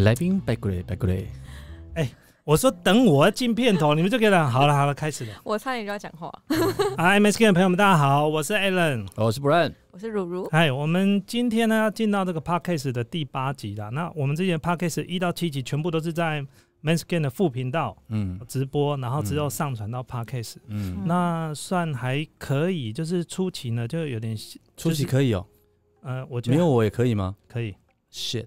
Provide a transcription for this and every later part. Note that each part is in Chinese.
来宾拜过来，拜过来。我说等我进片头，你们就 给他好了好了，开始了。我差点就要讲话。啊，MSK 的朋友们，大家好，我是 Alan。哦，我是 Brian。 我是如如，嗨，我们今天呢要进到这个 podcast 的第八集了。那我们之前 podcast 一到七集全部都是在 Manscan 的副频道嗯直播，然后之后上传到 podcast，、嗯，那算还可以，就是初期呢就有点就是初期可以哦，呃，我觉没有得我也可以吗可以， ？Shit。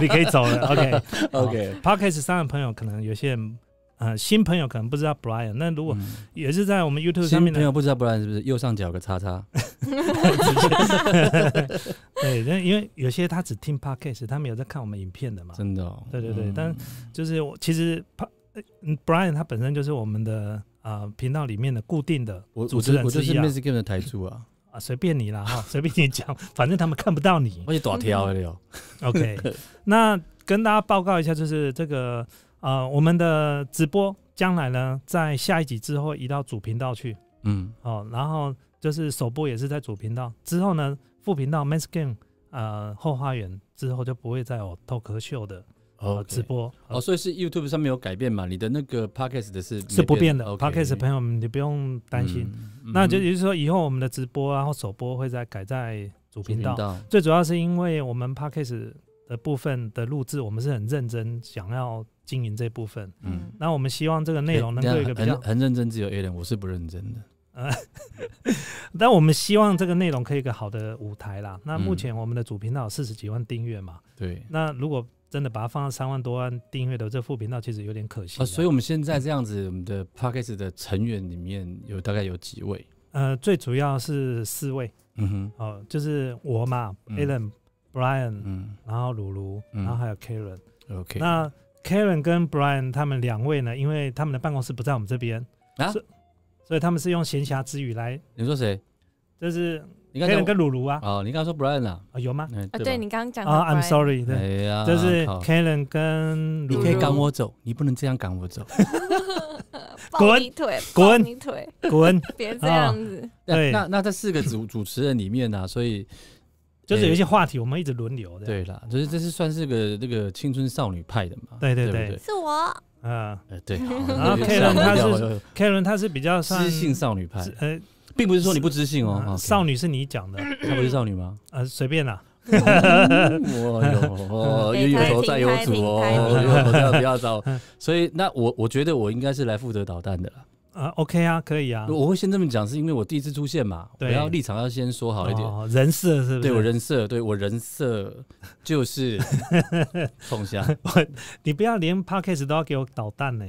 你可以走了。OK， OK。 Podcast 上的朋友可能有些人，呃，新朋友可能不知道 Brian，那如果嗯也是在我们 YouTube 上新面朋的，友不知道，不然是不是右上角有个叉 叉？ 对，那因为有些他只听 Podcast，他没有在看我们影片的嘛，真的哦。对对对嗯但就是我其实 Pa- 嗯 Brian 他本身就是我们的呃频道里面的固定的我主我持这人我之这是一啊 Miss Game 的台柱 啊，啊，随便你啦哈，随便你讲，反正他们看不到 你。我是大条哦的了。 OK，那跟大家报告一下，就是这个呃我们的直播将来呢，在下一集之后移到主频道去。嗯，哦，然后就是首播也是在主频道，之后呢副频道 Men's Game 呃后花园之后就不会再有透壳秀的呃 OK 直播，呃哦，所以是 YouTube 上面有改变嘛？你的那个 Podcast 的是是不变的。 OK Podcast 朋友们你不用担心，，嗯那就嗯也就是说以后我们的直播然后首播会再改在主主频频道，道。最主要是因为我们 Podcast 的部分的录制，我们是很认真想要经营这部分。嗯，那我们希望这个内容能够有一个比哎诶等一下较很，很认真，只有 A 人，我是不认真的。但我们希望这个内容可以有一个好的舞台啦。那目嗯前我们的主频道四十几万订阅嘛，对那如果真的把它放到三万多万订阅的这副频道，其实有点可惜、啊，所以我们现在这样子，我们的 podcast 的成员里面有大概有几位？呃，最主要是四位嗯哼，哦、就是我嘛、嗯 a l a n Brian，、嗯然后鲁鲁，嗯然后还有 Karen、 ，OK。那 Karen 跟 Brian 他们两位呢，因为他们的办公室不在我们这边啊所所以他们是用闲暇之余来，你说谁？就是你刚才 Karen 跟鲁鲁啊、哦，你刚才说 Brian 啊？哦有吗？嗯啊，吧对你刚刚讲的啊、i m Brian sorry，对，哎呀，就是靠 Karen 跟你鲁可以鲁赶我走，你不能这样赶我走。呃 抱滚你腿， 滚抱你腿，滚，别这样子。对那那这四个主主持人里面呢，所以就是有一哎些话题我们一直轮流的，对啦，就是这是算是个那个青春少女派的嘛？对对对不对对， 是我，嗯、呃对。然后好 Karen 她是有有有有 Karen 她是比较算知性少女派，是呃并不是说你不知性哦呃，哎哦，OK 少女是你讲的，她不是少女吗？呃，随便啦。我哦有，冤有头债有主哦，冤有头债不要找。所以那我我觉得我应该是来负责导弹的啦。呃，OK 啊，可以啊。我会先这么讲，是因为我第一次出现嘛，我对要立场要先说好一点。哦，人设是不是？对我，人设，对我人设就是 冲下。你不要连 podcast 都要给我捣蛋呢、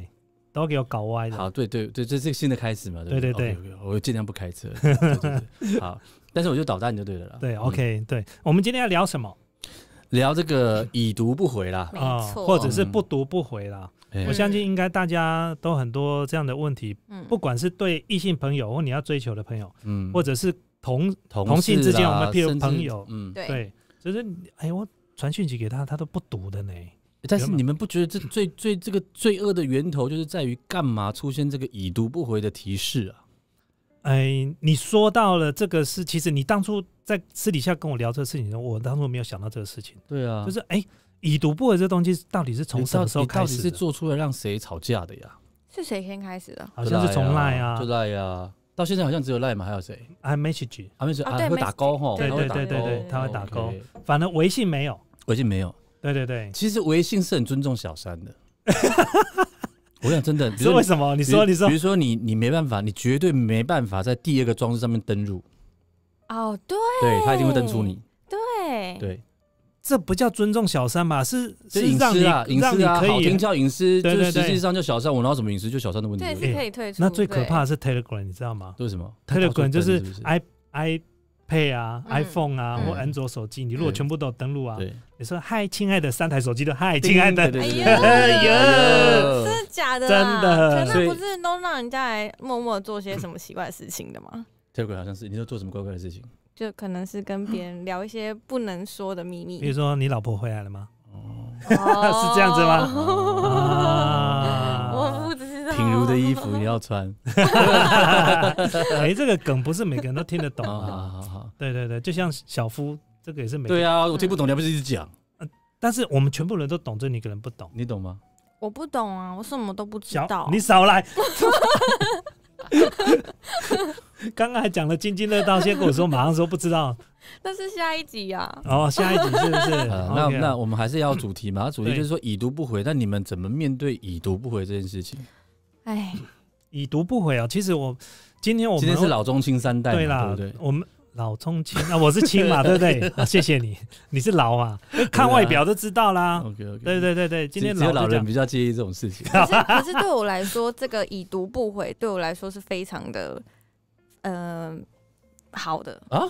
都要给我搞歪的。好，对对对，这这是新的开始嘛，对不对对对 OK，OK，我尽量不开车。 对对对，好，但是我就导弹就对了啦。对嗯，OK，、对我们今天要聊什么聊这个已读不回啦。没啊、错嗯或者是不读不回啦。哎我相信应该大家都很多这样的问题，嗯，不管是对异性朋友或你要追求的朋友，嗯或者是同同同性事之间啦我们譬如甚至朋友嗯，对，对，就是哎，我传讯息给他，他都不读的呢。但是原本你们不觉得这 最最这个罪恶的源头就是在于干嘛出现这个已读不回的提示啊？哎，你说到了这个事，其实你当初在私底下跟我聊这个事情的时候，我当初没有想到这个事情，对啊就是哎，已读不回这东西到底是从你什到么时候底到开底始是的？做出来让谁吵架的呀？是谁先开始的？好像是从赖啊就赖呀，到现在好像只有赖嘛，还有谁？ ，I message，他们说啊啊对会打勾吼，对他会打对对勾哦对对他会打勾 OK 反正微信没有。微信没有。对对对，其实微信是很尊重小三 的，我想真的，比是如为说什么？你你说你说比，如说你你没办法，你绝对没办法在第二个装置上面登入，哦，对对他一定会登出你，对，对，这不叫尊重小三吧？是这是隐让私你啊，隐让私你啊，可好听以。叫隐私，就对对是实际对上就小三，我拿什么隐私就小三的问题对，而已，是可以退出。那最可对怕的是 Telegram，你知道吗为什么？他到处？Telegram 登就是不 i i Pay 啊、嗯 iPhone 啊嗯或安卓手机，你如果对全部都有登录啊，对，你说嗨，亲爱的，三台手机都嗨，亲爱的，对对对哎对呀哎呀真的假的啦？真的可所以那不是都让人家来默默做些什么奇怪的事情的吗？ ，Telegram 好像是，你都做什么怪怪的事 情？就可能是跟别人聊一些不能说的秘密比如，说你老婆回来了吗？哦 是这样子吗 啊我啊，不知道。品如的衣服你要穿哎，这个梗不是每个人都听 得懂啊，好啊。好好，对对对，就像小夫这个也是每个啊对啊，我听不懂，你还不是一直讲？但是我们全部人都懂，就你一个人不懂。你懂吗？我不懂啊，我什么都不知小道。你少来。刚刚还讲的津津乐道，现在跟我说马上说不知道。但是下一集啊，哦，下一集是不是？ 啊，那 OK 那我们还是要主题 嘛，主题对就是说已读不回，那你们怎么面对已读不回这件事情？ 哎，已读不回哦。其实我今天我们今天是老中青三代哦对嘛，啦，对不我们老中青啊，我是青 嘛，对不对？啊，谢谢你，你是老嘛，看外表就知道啦。对？OK OK，啊对对对对，今天只有老老就这人样比较介意这种事情。可是可是对我来说，这个已读不回对我来说是非常的，嗯、好的，对我来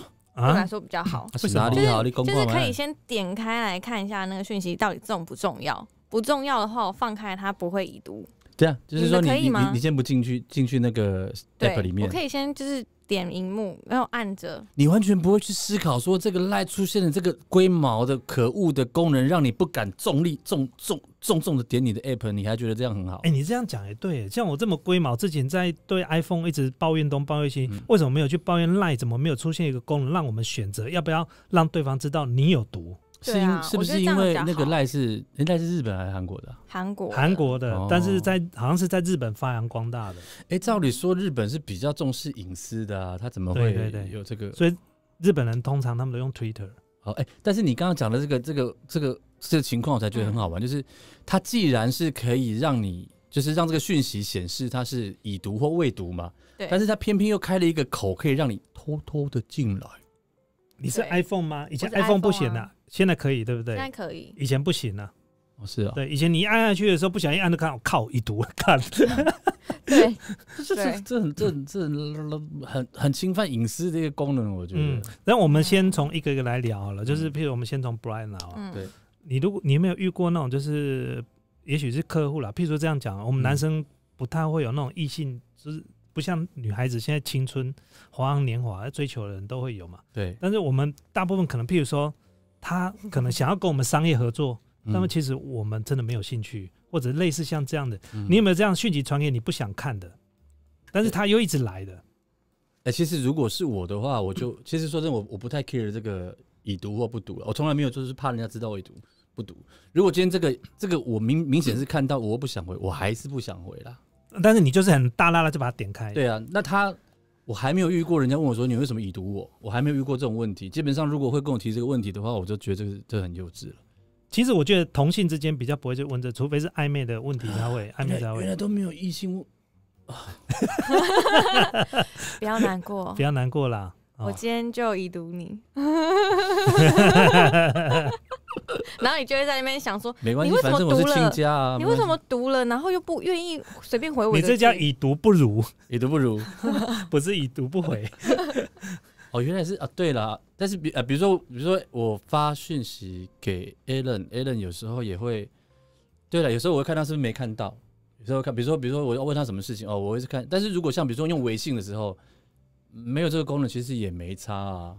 啊，说比较好。啊是为什么哪里好？你公就公是可以先点开来看一下那个讯息到底重不重要，不重要的话我放开它不会已读。这样，啊就是说你你们可以你你吗你先不进去进去那个 app 对里，我面，可以先就是点荧幕，然后按着，你完全不会去思考说这个赖出现的这个龟毛的可恶的功能，让你不敢重力重重重重的点你的 app，你还觉得这样很好哎，？你这样讲也对，像我这么龟毛，之前在对 iPhone 一直抱怨东抱怨西嗯，为什么没有去抱怨 Line？怎么没有出现一个功能让我们选择要不要让对方知道你有毒？是对因啊是不我觉是得这因样为比较那个好赖是诶赖是日本还是韩国的啊？韩国的韩国的哦，但是在好像是在日本发扬光大的，哎，照理说日本是比较重视隐私的啊，他怎么对对会对有这个？所以日本人通常他们都用 Twitter。好，哎，但是你刚刚讲的这个这个这个这个情况，我才觉得很好嗯玩，就是它既然是可以让你。就是让这个讯息显示它是已读或未读嘛，对但是它偏偏又开了一个口，可以让你偷偷的进来。你是对 iPhone 吗？以前我是 iPhone 不 iPhone 行啊啊，现在可以，对不现在对？可以。以前不行啊，哦，是啊，对，以前你一按下去的时候，不小心按到看，我靠，已读了，看， 对，这这这对这很这很这很很很侵犯隐私的一个功能，我觉嗯得。，然后我们先从一个一个来聊好了，嗯就是譬如我们先从 Brian 聊啊，嗯，对你如果你有没有遇过那种就是，也许是客户啦，譬如说这样讲啊，我嗯们男生不太会有那种异性，就是不像女孩子现在青春花样年华追求的人都会有嘛，对，但是我们大部分可能譬如说。他可能想要跟我们商业合作，那么嗯其实我们真的没有兴趣，或者类似像这样的，嗯你有没有这样讯息传给你不想看的，但是他又一直来的？哎、其实如果是我的话，我 就其实说真的，我我不太 care 这个已读或不读了，我从来没有就是怕人家知道我已读不读。如果今天这个这个我明明显是看到，我不想回，我还是不想回啦。但是你就是很大啦啦就把它点开。，对啊，那他我还没有遇过人家问我说你为什么已读我，我还没有遇过这种问题。基本上如果会跟我提这个问题的话，我就觉得这个这很幼稚了。其实我觉得同性之间比较不会去问这，除非是暧昧的问题 才会，暧昧才原会来都没有异性问，不要 难过不，要难过啦。我哦，今天就已读你，然后你就会在那边想说，没关系你为，什反么正我是读了亲家啊。你没关为系什么读了，然后又不愿意随便回我你的字？这叫已读不如， 已读不如？不是已读不 回。哦，原来是啊，对了，但是比呃，比如说，比如说我发讯息给 Alan，Alan 有时候也会，对了，有时候我会看他是不是没看到，有时候看，比如说，比如说我要问他什么事情，哦，我会去看，但是如果像比如说用微信的时候，没有这个功能，其实也没差啊，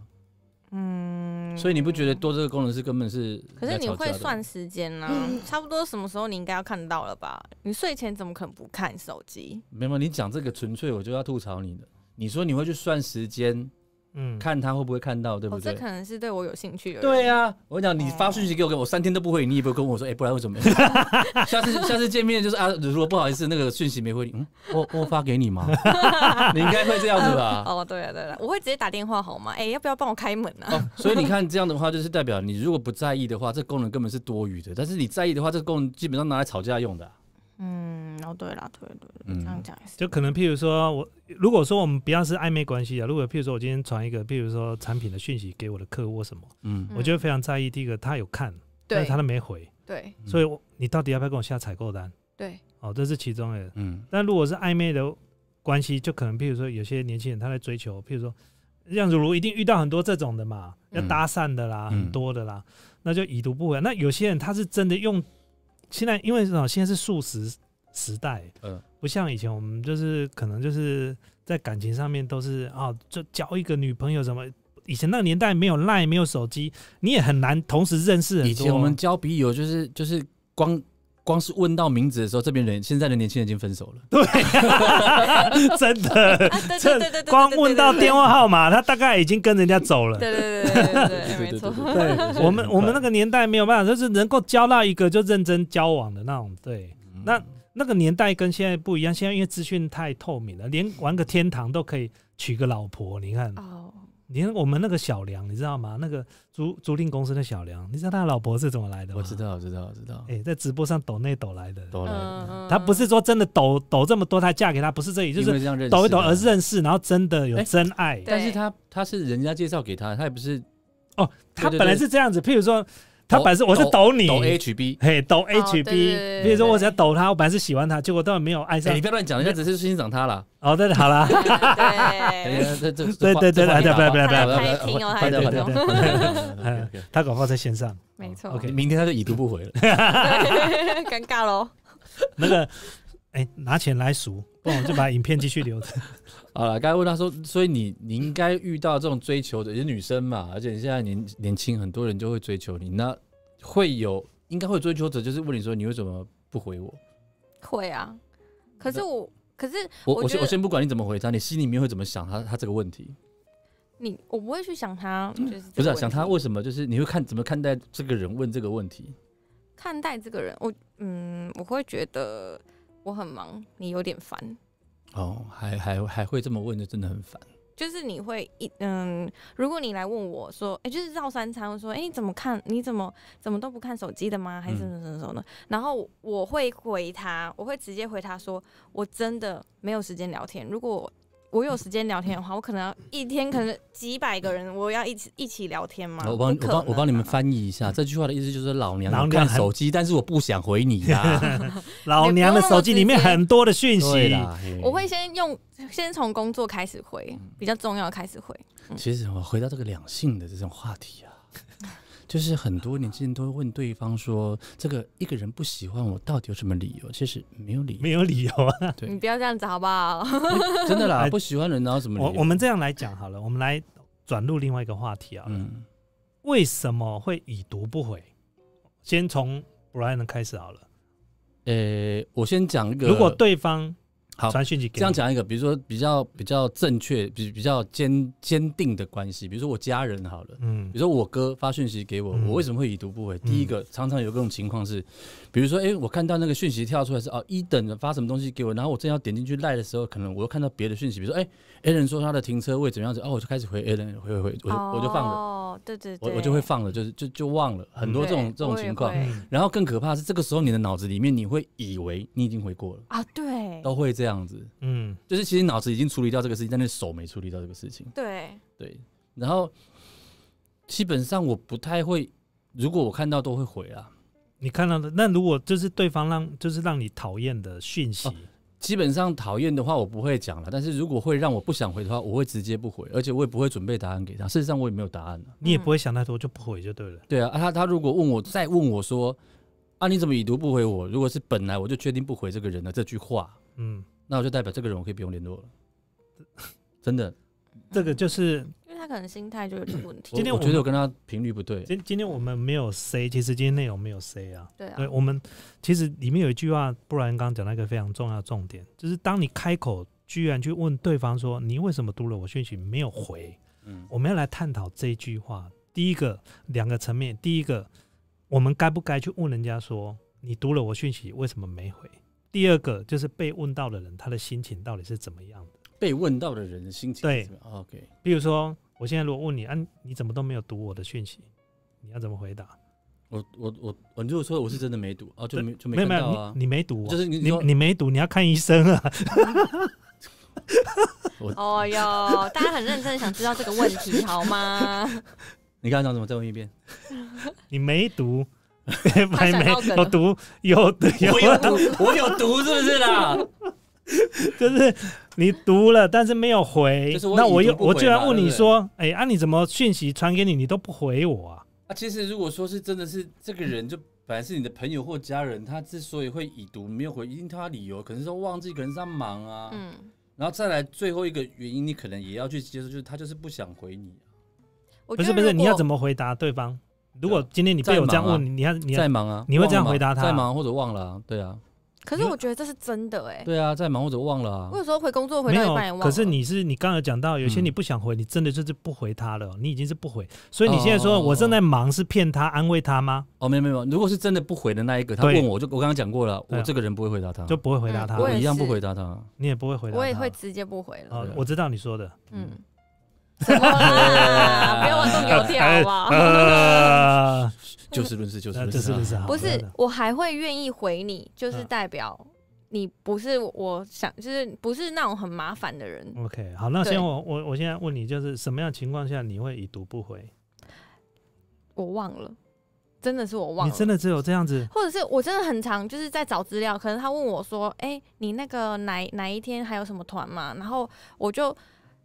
嗯所以你不觉得？多这个功能是根本是？可是你会算？时间呢、差不多什么时候你应该要看到了吧？你睡前怎么可能不看手机？没有，你讲这个纯粹我就要吐槽你的，你说你会去算时间，嗯，看他会不会看到，对不哦，这对？可能是对我有兴趣的人。对呀、我跟你讲，你发讯息给我，我三天都不回你，你也不会跟我说，哎、不然为什么？ 下次下次见面就是啊，如果不好意思，那个讯息没回你，嗯，我我发给你 吗？你应该会这样子吧？哦，对了对了，我会直接打电话好吗？哎、要不要帮我开门啊？哦，所以你看这样的话，就是代表你如果不在意的话，这功能根本是多余的；但是你在意的话，这个功能基本上拿来吵架用的啊、嗯，哦对了对了对了，这样嗯，讲也是。就可能譬如说我，如果说我们不要是暧昧关系啊，如果譬如说我今天传一个，譬如说产品的讯息给我的客户或什么，嗯，嗯我就会非常在意。第一个他有看，但对是他都没回，对嗯所以我你到底要不要跟我下采购单？对，哦，这是其中的。嗯，但如果是暧昧的关系，就可能譬如说有些年轻人他在追求，譬如说像如如一定遇到很多这种的嘛，要嗯搭讪的啦，嗯很多的啦，那就已读不回。那有些人他是真的用，现在因为什么？现在是素食时代，嗯不像以前我们就是可能就是在感情上面都是啊，就交一个女朋友什么。以前那个年代没有 line 没有手机，你也很难同时认识很多。以前我们交笔友就是就是光光是问到名字的时候，这边人现在的年轻人已经分手了。 真的，啊，对这对对对对， 光问到电话，话号码，他大概已经跟人家走了。对对对对对对，没错，对，我们我们那个年代没有办法，就是能够交到一个就认真交往的那种。对，嗯那那个年代跟现在不一样，现在因为资讯太透明了，连玩个天堂都可以娶个老婆。你看，哦，你看我们那个小梁，你知道吗？那个租租赁公司的小梁，你知道他的老婆是怎么来的吗？我知。道，我知道，我知道，哎、在直播上抖内抖来的，都来了，嗯他不是说真的抖抖这么多，她嫁给他不是这里，就因是为这样认识抖一抖的啊而。认识，然后真的有哎真爱。对但是他他是人家介绍给他，他也不是哦，他对对本来对是这样子，譬如说，他抖本来是我是抖抖你，抖 HB。嘿，抖哦对 HB，、对对比如说我只要对抖他，我本来是喜欢他，结果到底没有爱哎，上。你不要乱讲，人家只是欣赏他啦。哦，对，好啦，哎对，呀这这对对对对对对对对对对换掉换掉换对掉换 掉。嗯他搞不好在线上。没错 OK 明天他就已读不回了。对尴尬喽。那个，哎，拿钱来赎，不然我就把影片继续留着。 好了，刚才问他说，所以你你应该遇到这种追求的，也是女生嘛，而且你现在年年轻，很多人就会追求你，那会有应该会有追求者，就是问你说你为什么不回我？会啊，可是那我，可是我我我觉先得我先不管你怎么回他，你心里面会怎么想他他这个问题？你，我不会去想他，就是不这是、个啊、想问他题为什么？就是你会看怎么看待这个人问这个问题？看待这个人，我嗯，我会觉得我很忙，你有点烦，哦，还还还会这么问，就真的很烦。就是你会一嗯，如果你来问我说，哎、就是绕三餐，我说，哎、你怎么看？你怎么怎么都不看手机的吗？还是什么什么什嗯么的？然后我会回他，我会直接回他说，我真的没有时间聊天。如果我有时间聊天的嗯话，我可能要一天可能几百个人，我要一起一起聊天吗？我帮我不可帮我帮你们能啊翻译一下、这句话的意思，就是老娘老有看娘很手机，但是我不想回你 啦。老娘的手机里面很多的讯对息，啦，嘿我会先用，先从工作开始回，嗯比较重要的开始回。其实我回到这个两性的这种话题 啊，就是很多年轻人都会问对方说，这个一个人不喜欢我到底有什么理由？其实没有理由，没有理由啊。对 你不要这样子好不好？真的啦，哎不喜欢人哪有什么理我由？我们这样来讲好了，我们来转入另外一个话题啊，嗯，为什么会已读不回？先从 Brian 开始好了。呃、我先讲一个，如果对方好传讯息给你这样，讲一个，比如说比较比较正确、比比较坚坚定的关系，比如说我家人好了。嗯比如说我哥发讯息给我，嗯我为什么会已读不回？第一个，常常有这种情况是，比如说，哎、我看到那个讯息跳出来是哦，一等的发什么东西给我，然后我正要点进去赖的时候，可能我又看到别的讯息，比如说，哎、a l n 说他的停车位怎么样子，哦，我就开始回 Alan，回回回，我就、我就放了，哦，对对对，我我就会放了，就是就就忘了很多这种这种情况对。我也会嗯然后更可怕的是，这个时候你的脑子里面你会以为你已经回过了，啊，对都会这样子，嗯，就是其实脑子已经处理掉这个事情，但是手没处理到这个事情。对，对，然后基本上我不太会，如果我看到都会回啊。你看到的那如果就是对方让就是让你讨厌的讯息，哦基本上讨厌的话我不会讲了，但是如果会让我不想回的话，我会直接不回，而且我也不会准备答案给他。事实上我也没有答案啊。你也不会想太多，就不回就对了。对啊，啊他他如果问我再问我说啊你怎么已读不回我？如果是本来我就确定不回这个人的这句话，嗯，那我就代表这个人我可以不用联络了。真的，这嗯个就是因为他可能心态就有点问题。 今天我我觉得们我跟他频率不对。今今天我们没有 C，其实今天内容没有 C 啊。对啊，对，我们其实里面有一句话，不然刚刚讲到一个非常重要的重点，就是当你开口居然去问对方说你为什么读了我讯息没有回，嗯我们要来探讨这一句话。第一个两个层面，第一个我们该不该去问人家说你读了我讯息为什么没回？第二个就是被问到的人他的心情到底是怎么样的？被问到的人的心情对是什么，OK，哦比如说我现在如果问你啊，你怎么都没有读我的讯息，你要怎么回答？我我我我如果说我是真的没读，哦、就没就没没有看嗯没到有，啊你。你没读、啊，就是你你说你没读，你要看医生啊。哦哟，大家很认真地想知道这个问题好 吗？你刚才讲什么？再问一遍。你没 读， 他还想没到梗有了读，有的有我有毒， 我有毒，是不是啦？就是你读了，但是没有回。就是我那已我读又不我回居然嘛问对你不对说，哎、啊你怎么讯息传给你，你都不回我啊？啊，其实如果说是真的是这个人，就本来是你的朋友或家人，他之所以会已读没有回，一定他理由可能是说忘记，可能是他忙啊。嗯，然后再来最后一个原因，你可能也要去接受，就是他就是不想回你。啊我不觉是不得是，如你要果怎么回答对方？如果今天你被我这再样忙啊问，你你要你要在忙啊，你会这样忘了嘛回答他在忙或者忘了啊，对啊，可是我觉得这是真的哎、对啊，在忙或者忘了啊我，有时候回工作回没到一有半也忘，了。可是你是你刚才讲到，有些嗯你不想回，你真的就是不回他了，你已经是不回，所以你哦现哦在说哦我正在忙是骗他安慰他吗？哦，没有没有，没有如果是真的不回的那一个，他对问我我就我刚刚讲过了，对啊我这个人不会回答他，就不会回答他嗯，我我也一样不是回答他。你也不会回答他。我也会直接不回了。哦对啊我知道你说 的。嗯，什么啦？不 要玩弄油条好不好？哎 呃，就事论事，就事呃论这事是啊，不是好不真是的，我还会愿意回你，就是哎嗯代表你不是我想，就是不是那种很麻烦的人。 ？OK，好，那对先我我我现在问你，就是什么样的情况下你会已读不回？我忘了，真的是我忘你了，真的只有这样子？或者是我真的很常就是在找资料，可能他问我说：“哎、你那个哪哪一天还有什么团嘛？”然后我就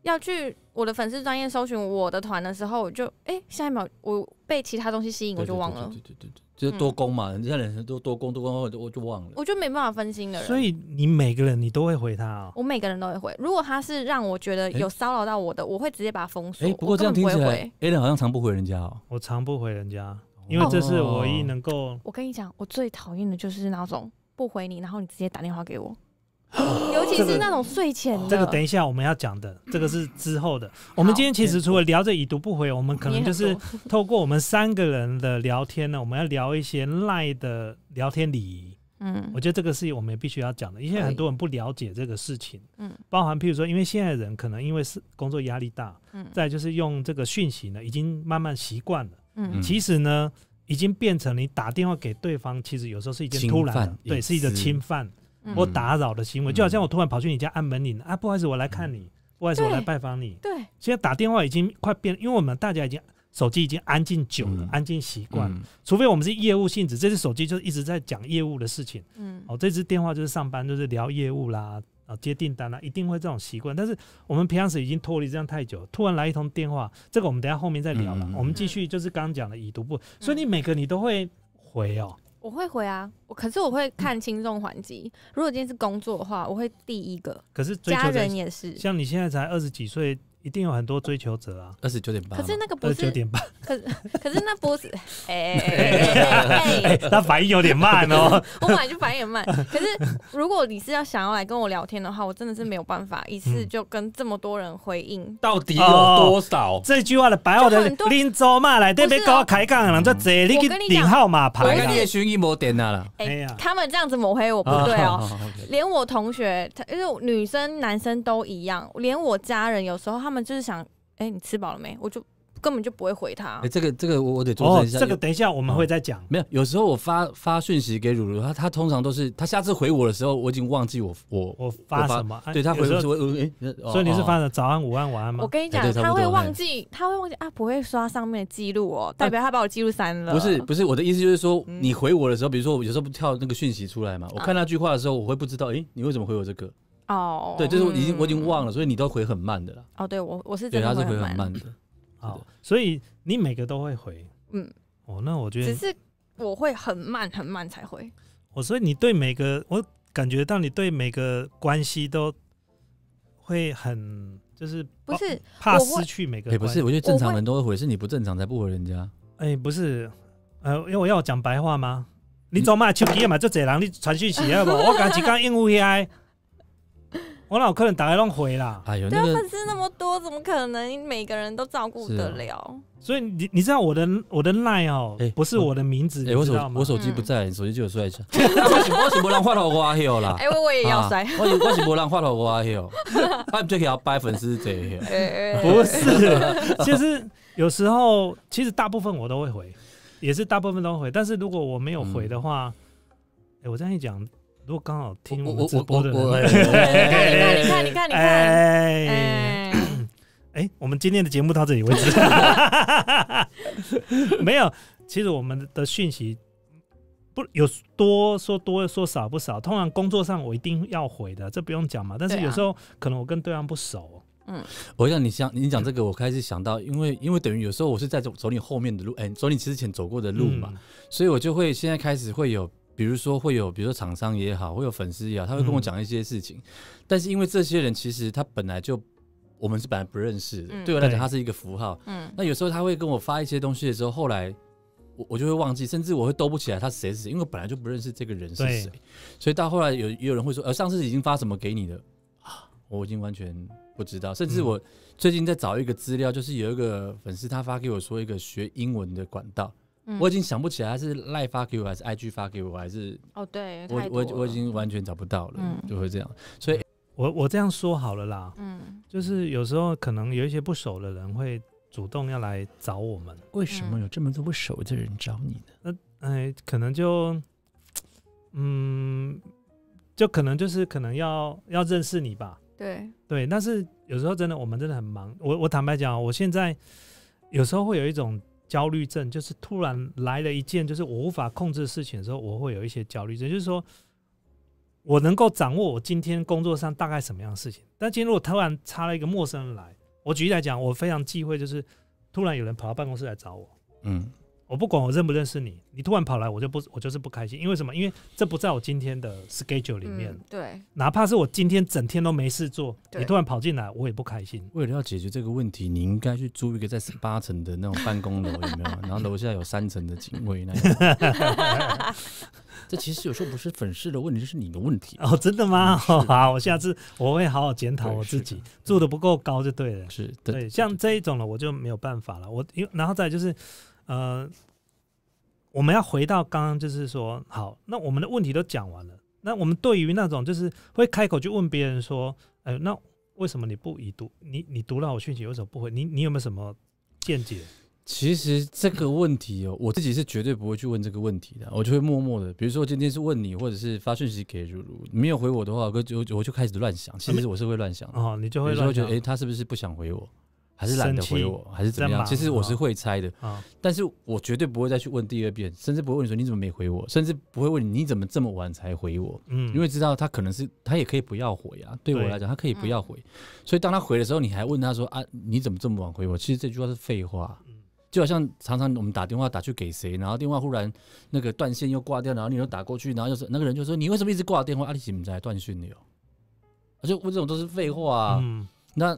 要去我的粉丝专业搜寻我的团的时候，我就哎、下一秒我被其他东西吸引，我对就对忘对了嗯对，对对对，就是多攻嘛，人家人都多攻多攻，我就我就忘了。我就没办法分心的人。所以你每个人你都会回他啊？我每个人都会回，如果他是让我觉得哎有骚扰到我的，我会直接把他封锁。哎，不过我这样根听本起不会来回。 ，Alan 好像常不回人家哦。我常不回人家，因为这是我唯一能够我跟你讲，我最讨厌的就是那种不回你，然后你直接打电话给 我，尤其是那种睡前的。这个等一下我们要讲的，这个是之后的。 我们今天其实除了聊着已读不回，我们可能就是嗯你也很透过我们三个人的聊天呢，我们要聊一些赖的聊天礼仪。我嗯觉得这个是我们必须要讲的，因为很多人不了解这个事情，嗯包含譬如说，因为现在人可能因为是工作压力大，嗯再来就是用这个讯息呢，已经慢慢习惯了。嗯其实呢，已经变成你打电话给对方，其实有时候是一件侵突然犯的，对，隐是一个私侵犯嗯或打扰的行为。嗯就好像我突然跑去你家按门铃啊，不好意思，我来看你，不好意思，我来拜访你。对，现在打电话已经快变，因为我们大家已经手机已经安静久了嗯，安静习惯了。嗯，除非我们是业务性质，这只手机就是一直在讲业务的事情。嗯哦，这支电话就是上班，就是聊业务啦，啊，接订单啦，一定会这种习惯。但是我们平常时已经脱离这样太久，突然来一通电话，这个我们等一下后面再聊了。嗯嗯嗯我们继续就是刚刚讲的已读不，所以你每个你都会回哦。我会回啊，我可是我会看轻重缓急。如果今天是工作的话，我会第一个，可是追家求人者，也是。像你现在才二十几岁，一定有很多追求者啊。二十九点八。可是那个不二十九是，点 八，可是那不是，哎哎哎，他反应有点慢哦。我本来就反应很慢，可是如果你是要想要来跟我聊天的话，我真的是没有办法一次就跟这么多人回应。到底哦少？这句话的白话就的很多林州嘛，来这边跟我开杠了，嗯就这你去我跟你领讲号码大牌概啦你。的熏一抹点啊啦。哎、哎呀他们这样子抹黑我不对哦、 连我同学，他因为女生男生都一样，连我家人有时候他们就是想，哎、你吃饱了没？我就根本就不会回他哎，。这个这个我我得作哦，证一下。这个有等一下我们会再讲。没有，有时候我发发讯息给乳乳，她她通常都是她下次回我的时候，我已经忘记我我我发我发什么？啊对她有回时候我是我哎，哦所以你是哦发的早安、午安、晚安吗我？跟你讲，哎对差他不多会忘记，他会忘记啊，不会刷上面的记录哦，代表他把我记录删了。不是不是，我的意思就是说，嗯你回我的时候，比如说我有时候不跳那个讯息出来嘛，我看那句话的时候，我会不知道，诶，你为什么回我这个？哦，对，就是我已经嗯我已经忘了，所以你都回很慢的啦。哦，对我我是对，真他的是会回很很慢，慢的。好，所以你每个都会回。嗯，哦，那我觉只得是我会很慢很慢才回。我，所以你对每个，我感觉到你对每个关系都会很就是不怕是怕我失会去每个哎，关。不是，我觉得正我常会人都会回，是你不正常才不回人家。哎、不是，呃，因为我要讲白话吗？你走嘛，手机嘛，就这人你传讯息要不？我讲几刚应付 AI，我哪有可能打开弄回啦？哎呦，对那啊，个粉丝那么多，怎么可能每个人都照顾得是了？所以你你知道我的我的 line 哦、哎不是我我的名字，哎，我你知道手吗？我手机不嗯在，手机借我摔一下。我是我是没人发到我阿 hill 啦哎、。我我也要啊摔。我是我是没人发到我阿 hill，他们就给他掰粉丝这一哎哎不是，就是有时候，其实大部分我都会回，也是大部分都会。但是如果我没有回的话，哎、我这样一讲，如果刚好听我们直播的人，哎你看，你看，你看，你看，哎哎哎，我们今天的节目到这里为止。没有，其实我们的讯息不有多说多说少不少，通常工作上我一定要回的，这不用讲嘛。但是对啊有时候、可能我跟对方不熟，嗯我想你想你讲这个，我开始想到，因为因为等于有时候我是在走走你后面的路，哎、走你之前走过的路嘛，嗯所以我就会现在开始会有，比如说会有，比如说厂商也好，会有粉丝也好，他会跟我嗯讲一些事情，但是因为这些人其实他本来就我们是本来不认识的，嗯对我来讲对他是一个符号。嗯，那有时候他会跟我发一些东西的时候，后来我我就会忘记，甚至我会兜不起来他是谁是谁，因为我本来就不认识这个人是对谁，所以到后来有也有人会说，呃，上次已经发什么给你的啊，我已经完全不知道，甚至嗯我最近在找一个资料，就是有一个粉丝他发给我说一个学英文的管道，嗯我已经想不起来他是赖发给我还是 IG 发给我还是哦，对，我太我多我已了经完全找不到了，嗯就会这样，我我这样说好了啦，嗯就是有时候可能有一些不熟的人会主动要来找我们，为什么有这么多不熟的人找你呢？哎，可能就，嗯，就可能就是可能要要认识你吧，对，对。但是有时候真的我们真的很忙，我我坦白讲，哦我现在有时候会有一种焦虑症，就是突然来了一件就是我无法控制的事情的时候，我会有一些焦虑症，就是说我能够掌握我今天工作上大概什么样的事情，但今天如果突然插了一个陌生人来，我举例来讲，我非常忌讳就是突然有人跑到办公室来找我。嗯，我不管我认不认识你，你突然跑来，我就不，我就是不开心。因为什么？因为这不在我今天的 schedule 里面。嗯对，哪怕是我今天整天都没事做，对你突然跑进来，我也不 开心。 为了要解决这个问题，你应该去租一个在十八层的那种办公楼， 有没有？然后楼下有三层的警卫那样。这其实有时候不是粉丝的问题，这是你的问题。哦，真的吗？是 好，我下次我会好好检讨对我自是己的，住的不够高就对了。是对，的，像这一种了，我就没有办法了。我因为然后再来就是，呃，我们要回到刚刚就是说，好，那我们的问题都讲完了，那我们对于那种就是会开口去问别人说，哎、那为什么你不已读？你你读到我讯息为什么不回？你你有没有什么见解？其实这个问题哦，我自己是绝对不会去问这个问题的，我就会默默的，比如说今天是问你，或者是发讯息给如如，你没有回我的话，我就我就开始乱想。其实我是会乱想的，哦，你就嗯有会时候乱觉想得，哎，他是不是不想回我，还是懒得生气回我，还是怎么在样？忙其实我是哦会猜的，啊、但是我绝对不会再去问第二遍，甚至不会问你说你怎么没回我，甚至不会问你你怎么这么晚才回我，嗯，因为知道他可能是他也可以不要回啊。对我对来讲，他可以不要回，所以当他回的时候，你还问他说啊你怎么这么晚回我？其实这句话是废话嗯。就好像常常我们打电话打去给谁，然后电话忽然那个断线又挂掉，然后你又打过去，然后就是那个人就说你为什么一直挂电话？啊，你怎么在断讯了？我就问这种都是废话啊。嗯那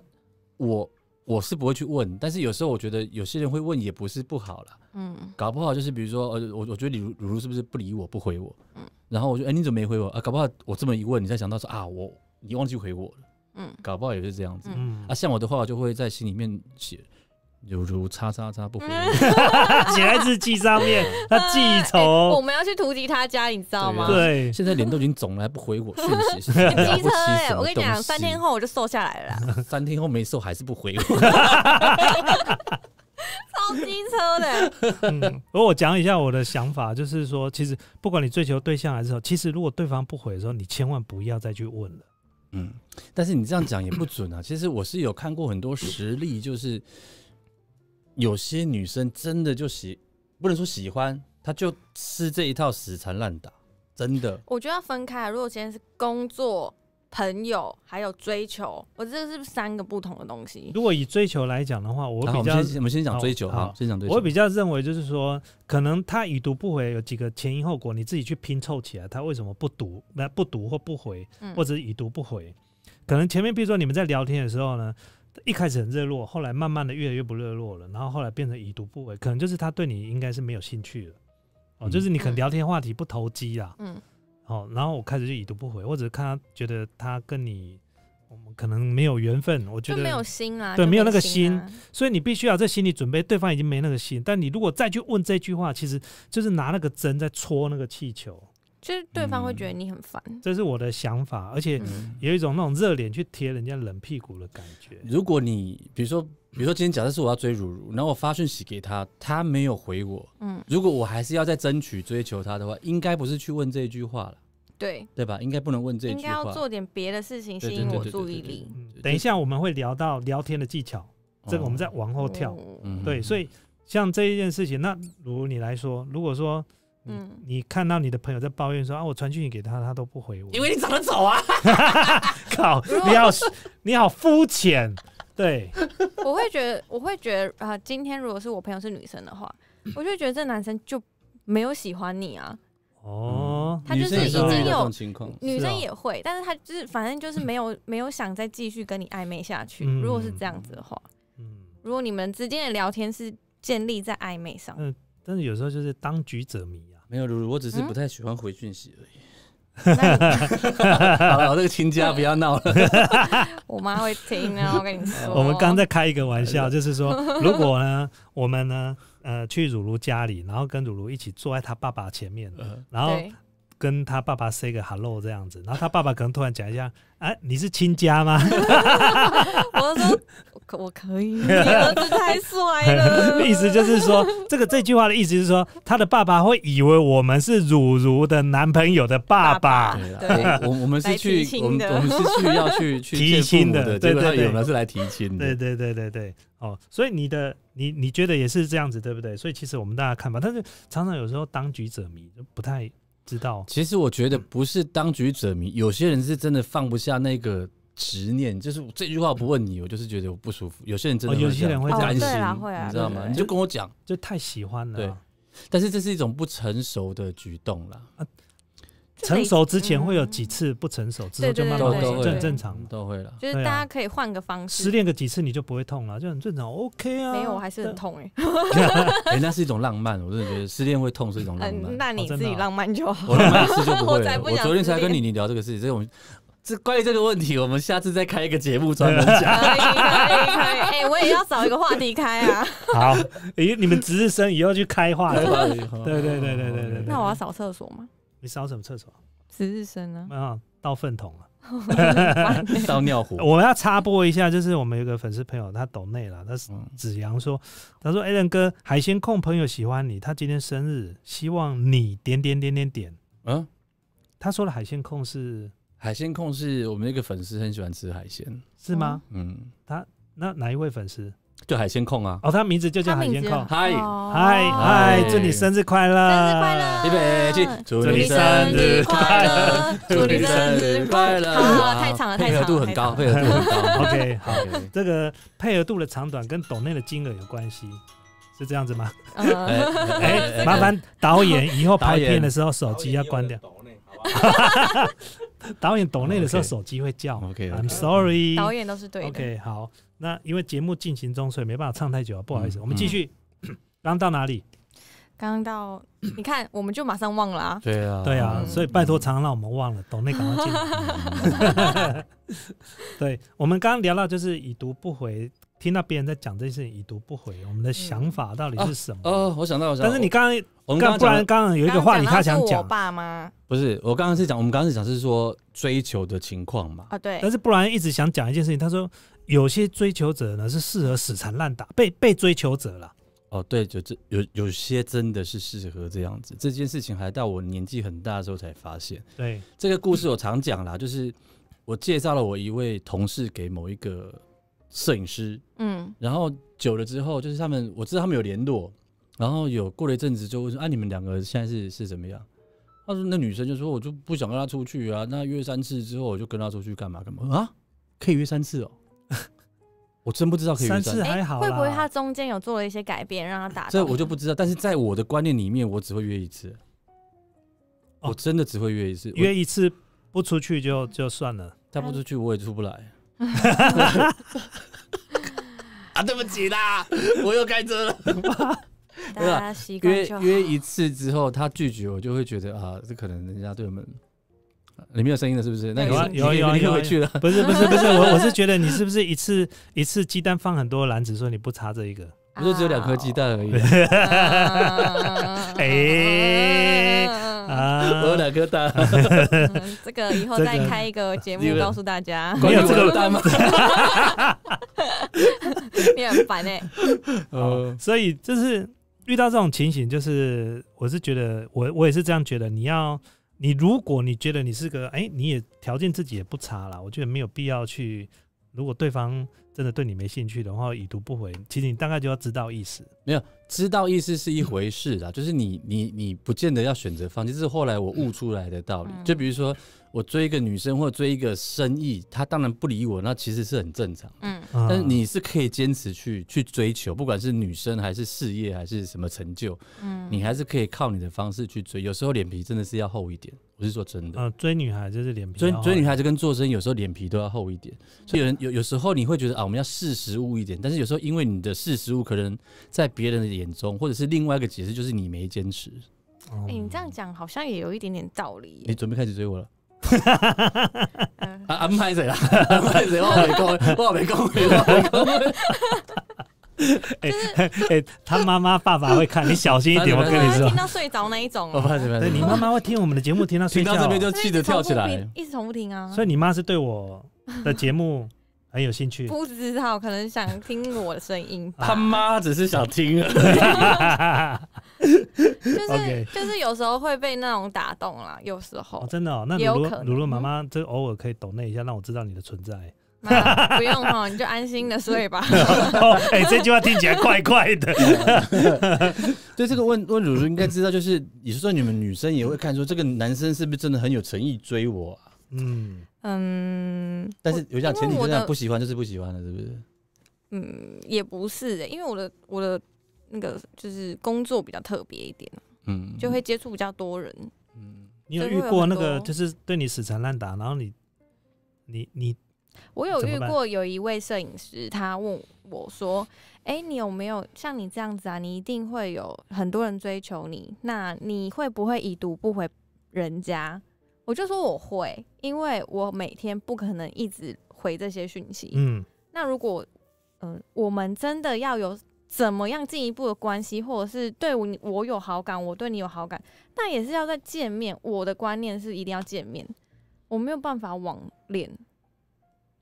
我我是不会去问，但是有时候我觉得有些人会问也不是不好啦。嗯搞不好就是比如说，呃，我我觉得李如如如是不是不理我不回我，嗯然后我就哎、诶你怎么没回我啊？搞不好我这么一问，你才想到说啊我你忘记回我了，嗯搞不好也是这样子、嗯啊。，像我的话，我就会在心里面写如如叉叉叉不回我，嗯啊写在日记上 面，他记哎我仇，们要去突击他家，你知道对吗？啊对， 现在脸都已经肿了还不回我讯息， 是了机不 车起哎、什么我跟你东讲，西三天后我就瘦下来了 啦，三天后没瘦还是不回 我，超机车的，嗯，而我讲一下我的想法，就是说，其实不管你追求对象还是什么，其实如果对方不回的时候，你千万不要再去问了。嗯，但是你这样讲也不准啊。其 实我是有看过很多实例，就是有些女生真的就喜，不能说喜欢，她就吃这一套死缠烂打，真的。我觉得要分开。啊如果今天是工作、朋友还有追求，我这是三个不同的东西。如果以追求来讲的话，我然后比我较们，先我们先讲好追求好哈，先讲追求。我比较认为就是说，可能他已读不回有几个前因后果，你自己去拼凑起来，他为什么不读？那不读或不回，嗯或者是已读不回，可能前面比如说你们在聊天的时候呢。一开始很热络，后来慢慢的越来越不热络了，然后后来变成已读不回，可能就是他对你应该是没有兴趣了，哦，嗯就是你可能嗯聊天话题不投机啦，嗯哦，然后我开始就已读不回，或者看他觉得他跟你我们可能没有缘分，我觉就没有得，心啦，对就没有那个心啊，所以你必须要有这心理准备，对方已经没那个心，但你如果再去问这句话，其实就是拿那个针在戳那个气球，就是对方会觉得你很烦。这是我的想法，而且嗯有一种那种热脸去贴人家冷屁股的感觉，如果你比如说，比如说今天假设是我要追如如，然后我发讯息给她，她没有回我，嗯，如果我还是要再争取追求她的话，应该不是去问这一句话了，对，对吧？应该不能问这一应句该要话。嗯做点别的事情对吸对引对我对注对意对力。嗯，等一下我们会聊到聊天的技巧，这个我们再往哦后跳，嗯对，所以像这一件事情，那如你来说，如果说你、嗯你看到你的朋友在抱怨说啊，我传讯息给他，他都不回我，因为你长得丑啊。 靠，你好，你好肤浅，对， 我会觉得，我会觉得，啊、今天如果是我朋友是女生的话，嗯我就会觉得这男生就没有喜欢你啊。哦，他女就是生也已是会经遇到这有种情况。女生哦也会，但是他就是反正就是没有没有想再继续跟你暧昧下去。嗯如果是这样子的话，嗯， 如果你们之间的聊天是建立在暧昧上，嗯但是有时候就是当局者迷啊。没有，如如，我只是嗯不太喜欢回讯息 而已。那你好了，我这个亲家不要闹 了。我妈会听啊，我跟你说。我们刚在开一个玩哦笑，就是 说，如果呢，我们呢，呃，去乳乳家里，然后跟乳乳一起坐在他爸爸前面，嗯呃然后对，跟他爸爸 say 个 hello 这样子，然后他爸爸可能突然讲一 下，哎、你是亲家吗？我就说我可我可以，你儿子太帅 了。意思就是说，这个这句话的意思是说，他的爸爸会以为我们是乳乳的男朋友的爸爸爸爸。对啦对我我我们是来提去，亲我们的我们 是去要去去提见父亲母的的，对结果他对对有人是来提亲对的。对对对对，哦，所以你的你你觉得也是这样子，对不对？所以其实我们大家看法，但是常常有时候当局者迷，就不太知道。其实我觉得不是当局者迷，有些人是真的放不下那个执念，就是这句话不问你，我就是觉得我不舒服。有些人真的哦会有些这样人会不这样甘哦对啦会心，啊你知道对吗？对你就跟我讲，就太喜欢了对啊、但是这是一种不成熟的举动啦，成熟之前会有几嗯次不成熟，之后对就对慢对慢对熟，对这很对正常嘛。都会 啦。就是对啊大家可以换个方式。失恋个几次你就不会痛了，就很正常，OK 啊。没有，我还是很痛哎。哎，那是一种浪漫，我真的觉得失恋会痛是一种浪漫嗯，。那你真自的己啊浪漫就好。 我浪漫一次就不会我才了。不我想昨天才失跟恋你你聊这个事情，这种这关于这个问题，我们下次再开一个节 目专门可以可以可以， 讲。哎，我也要找一个话题开 啊。好，诶，你们值日生以后去开化对 了。对对对对对对对 那我要扫厕所吗？你扫什么厕所？值日生啊，啊，倒粪桶啊。对，烧尿壶。我要插播一下，就是我们有个粉丝朋友，他懂内了，他是嗯子阳说，他说 a l 哥，海鲜控朋友喜欢你，他今天生日，希望你点点点点点。嗯，他说的海鲜控是海鲜控是我们一个粉丝很喜欢吃海鲜，是吗？嗯，那哪一位粉丝？就海鲜控啊。哦，他名字就叫他海名鲜字啊控。嗨哦嗨嗨，祝你生日快乐！生日快乐！预备起，祝你生日快乐祝你生日快 乐！好了，太长了，太啊配长合了，度很高，太配长了合度很 高。 OK，好， OK 这个配合度的长短跟抖内的金额有关系，是这样子吗？哎嗯，哎哎 哎、哎麻烦导演以后导拍演片的时候手机要关 掉。导演抖内的时候 OK 手机会叫。 OK， I'm sorry。导演都是对的。 OK，好，那因为节目进行中，所以没办法唱太久啊，不好意思，嗯我们继续。刚到哪里？刚刚到，你看，我们就马上忘了啊。对啊，对啊，嗯所以拜托常常让我们忘了，抖内赶快进来。 对，我们刚刚聊到就是已读不回，听到别人在讲这件事情已读不回，我们的想法到底是什么？ 哦，我想到，我想到，但是你刚刚我们刚刚刚不讲的然刚刚有一个话题他想刚刚到是我讲，爸妈不是，我刚刚是讲，我们刚刚是讲是说追求的情况嘛。啊，对但，是不然一直想讲一件事情，他说有些追求者呢是适合死缠烂打，被被追求者啦，哦，对，就这有有些真的是适合这样子。这件事情还到我年纪很大的时候才发现。对，这个故事我常讲啦，就是我介绍了我一位同事给某一个摄影师，嗯，然后久了之后，就是他们我知道他们有联络，然后有过了一阵子就问说：“啊，你们两个现在是是怎么样？”他说：“那女生就说我就不想跟她出去啊，那约三次之后我就跟她出去干嘛干嘛啊？ 可以约三次哦，我真不知道可以约三三次次。”啊还好啦，哎会不会他中间有做了一些改变，让他打？这我就不知道，但是在我的观念里面，我只会约一次，哦我真的只会约一次，我约一次不出去就就 算了？他不出去我也出不 来。 啊，对不起啦，我又开车了。大啊家习惯约就好。约一次之后，他拒绝我，就会觉得啊，这可能人家对我们，啊你没有声音了是不是？那你有啊你有啊可以有啊你可以有啊回去了。不是不是不是，我我是觉得你是不是一次一次鸡蛋放很多篮子，说你不插这一个？我就只有两颗鸡蛋而 已啊， 啊。哎啊，我有啊，两颗蛋，嗯这个以后再这个开一个节这目个告诉大家，没有关于这个我的蛋 吗？你很烦哎。呃，所以就是遇到这种情形，就是我是觉得我我也是这样觉得，你要。你如果你觉得你是个哎、你也条件自己也不差啦，我觉得没有必要去。如果对方真的对你没兴趣的话，已读不回，其实你大概就要知道意思。知道意思是一回事啦，就是你你你不见得要选择放弃，这是后来我悟出来的道理。嗯就比如说，我我追一个女生或追一个生意，她当然不理我，那其实是很正常。嗯但但是你是可以坚持去去追求，不管是女生还是事业还是什么成就，嗯，你还是可以靠你的方式去追。有时候脸皮真的是要厚一点，我是说真的。呃追女孩就是脸皮追要厚，追女孩子跟做生意，有时候脸皮都要厚一点。所以有人有有时候你会觉得啊，我们要识时务一点，但是有时候因为你的识时务，可能在别人的眼中，或者是另外一个解释就是你没坚持。嗯，哎、你这样讲好像也有一点点道理你耶。准备开始追我 了嗯、啊？安排谁啦？安排谁？我 没空，我没空，我没空。 哎，他妈妈爸爸会看你，小心一 点，我跟你就是说啊听。到睡着那一种我哦、怕什么？ 对你妈妈会听我们的节目，听到睡听觉到哦，这边就所以气一得直跳起重复来听。一直重复听啊。所以你妈是对我的节目很有兴 趣。不知道，可能想听我的声音吧。 他妈只是想听啊而已。就是 OK 就是有时候会被那种打动啦，有时候哦，、真的哦，那也有鲁可能嗯鲁鲁鲁妈妈这偶尔可以抖那一下，让我知道你的存在。 那不用哈，你就安心的睡吧。哦，哎，这句话听起来怪怪的。 对这个问问鲁鲁应该知道，就是有时候你们女生也会看说这个男生是不是真的很有诚意追我啊？嗯，嗯但是有讲前提因为就我是的不喜欢就是不喜欢了，是不是？嗯，也不是、欸，因为我的我的那个就是工作比较特别一点，嗯，就会接触比较多人。嗯你有所以遇会有过很那个多就是对你死缠烂打，然后你你你我有怎么遇办过有一位摄影师，他问我说：“哎、你有没有像你这样子啊？你一定会有很多人追求你，那你会不会已读不回人家？”我就说我会，因为我每天不可能一直回这些讯息。嗯那如果嗯、呃我们真的要有怎么样进一步的关系，或者是对我我有好感，我对你有好感，那也是要在见面。我的观念是一定要见面，我没有办法网恋，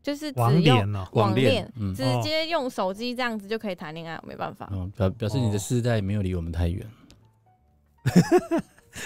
就是网哦只用脸哦，网恋，嗯直接用手机这样子就可以谈恋爱，我没办法。嗯，表表示你哦的世代没有离我们太远。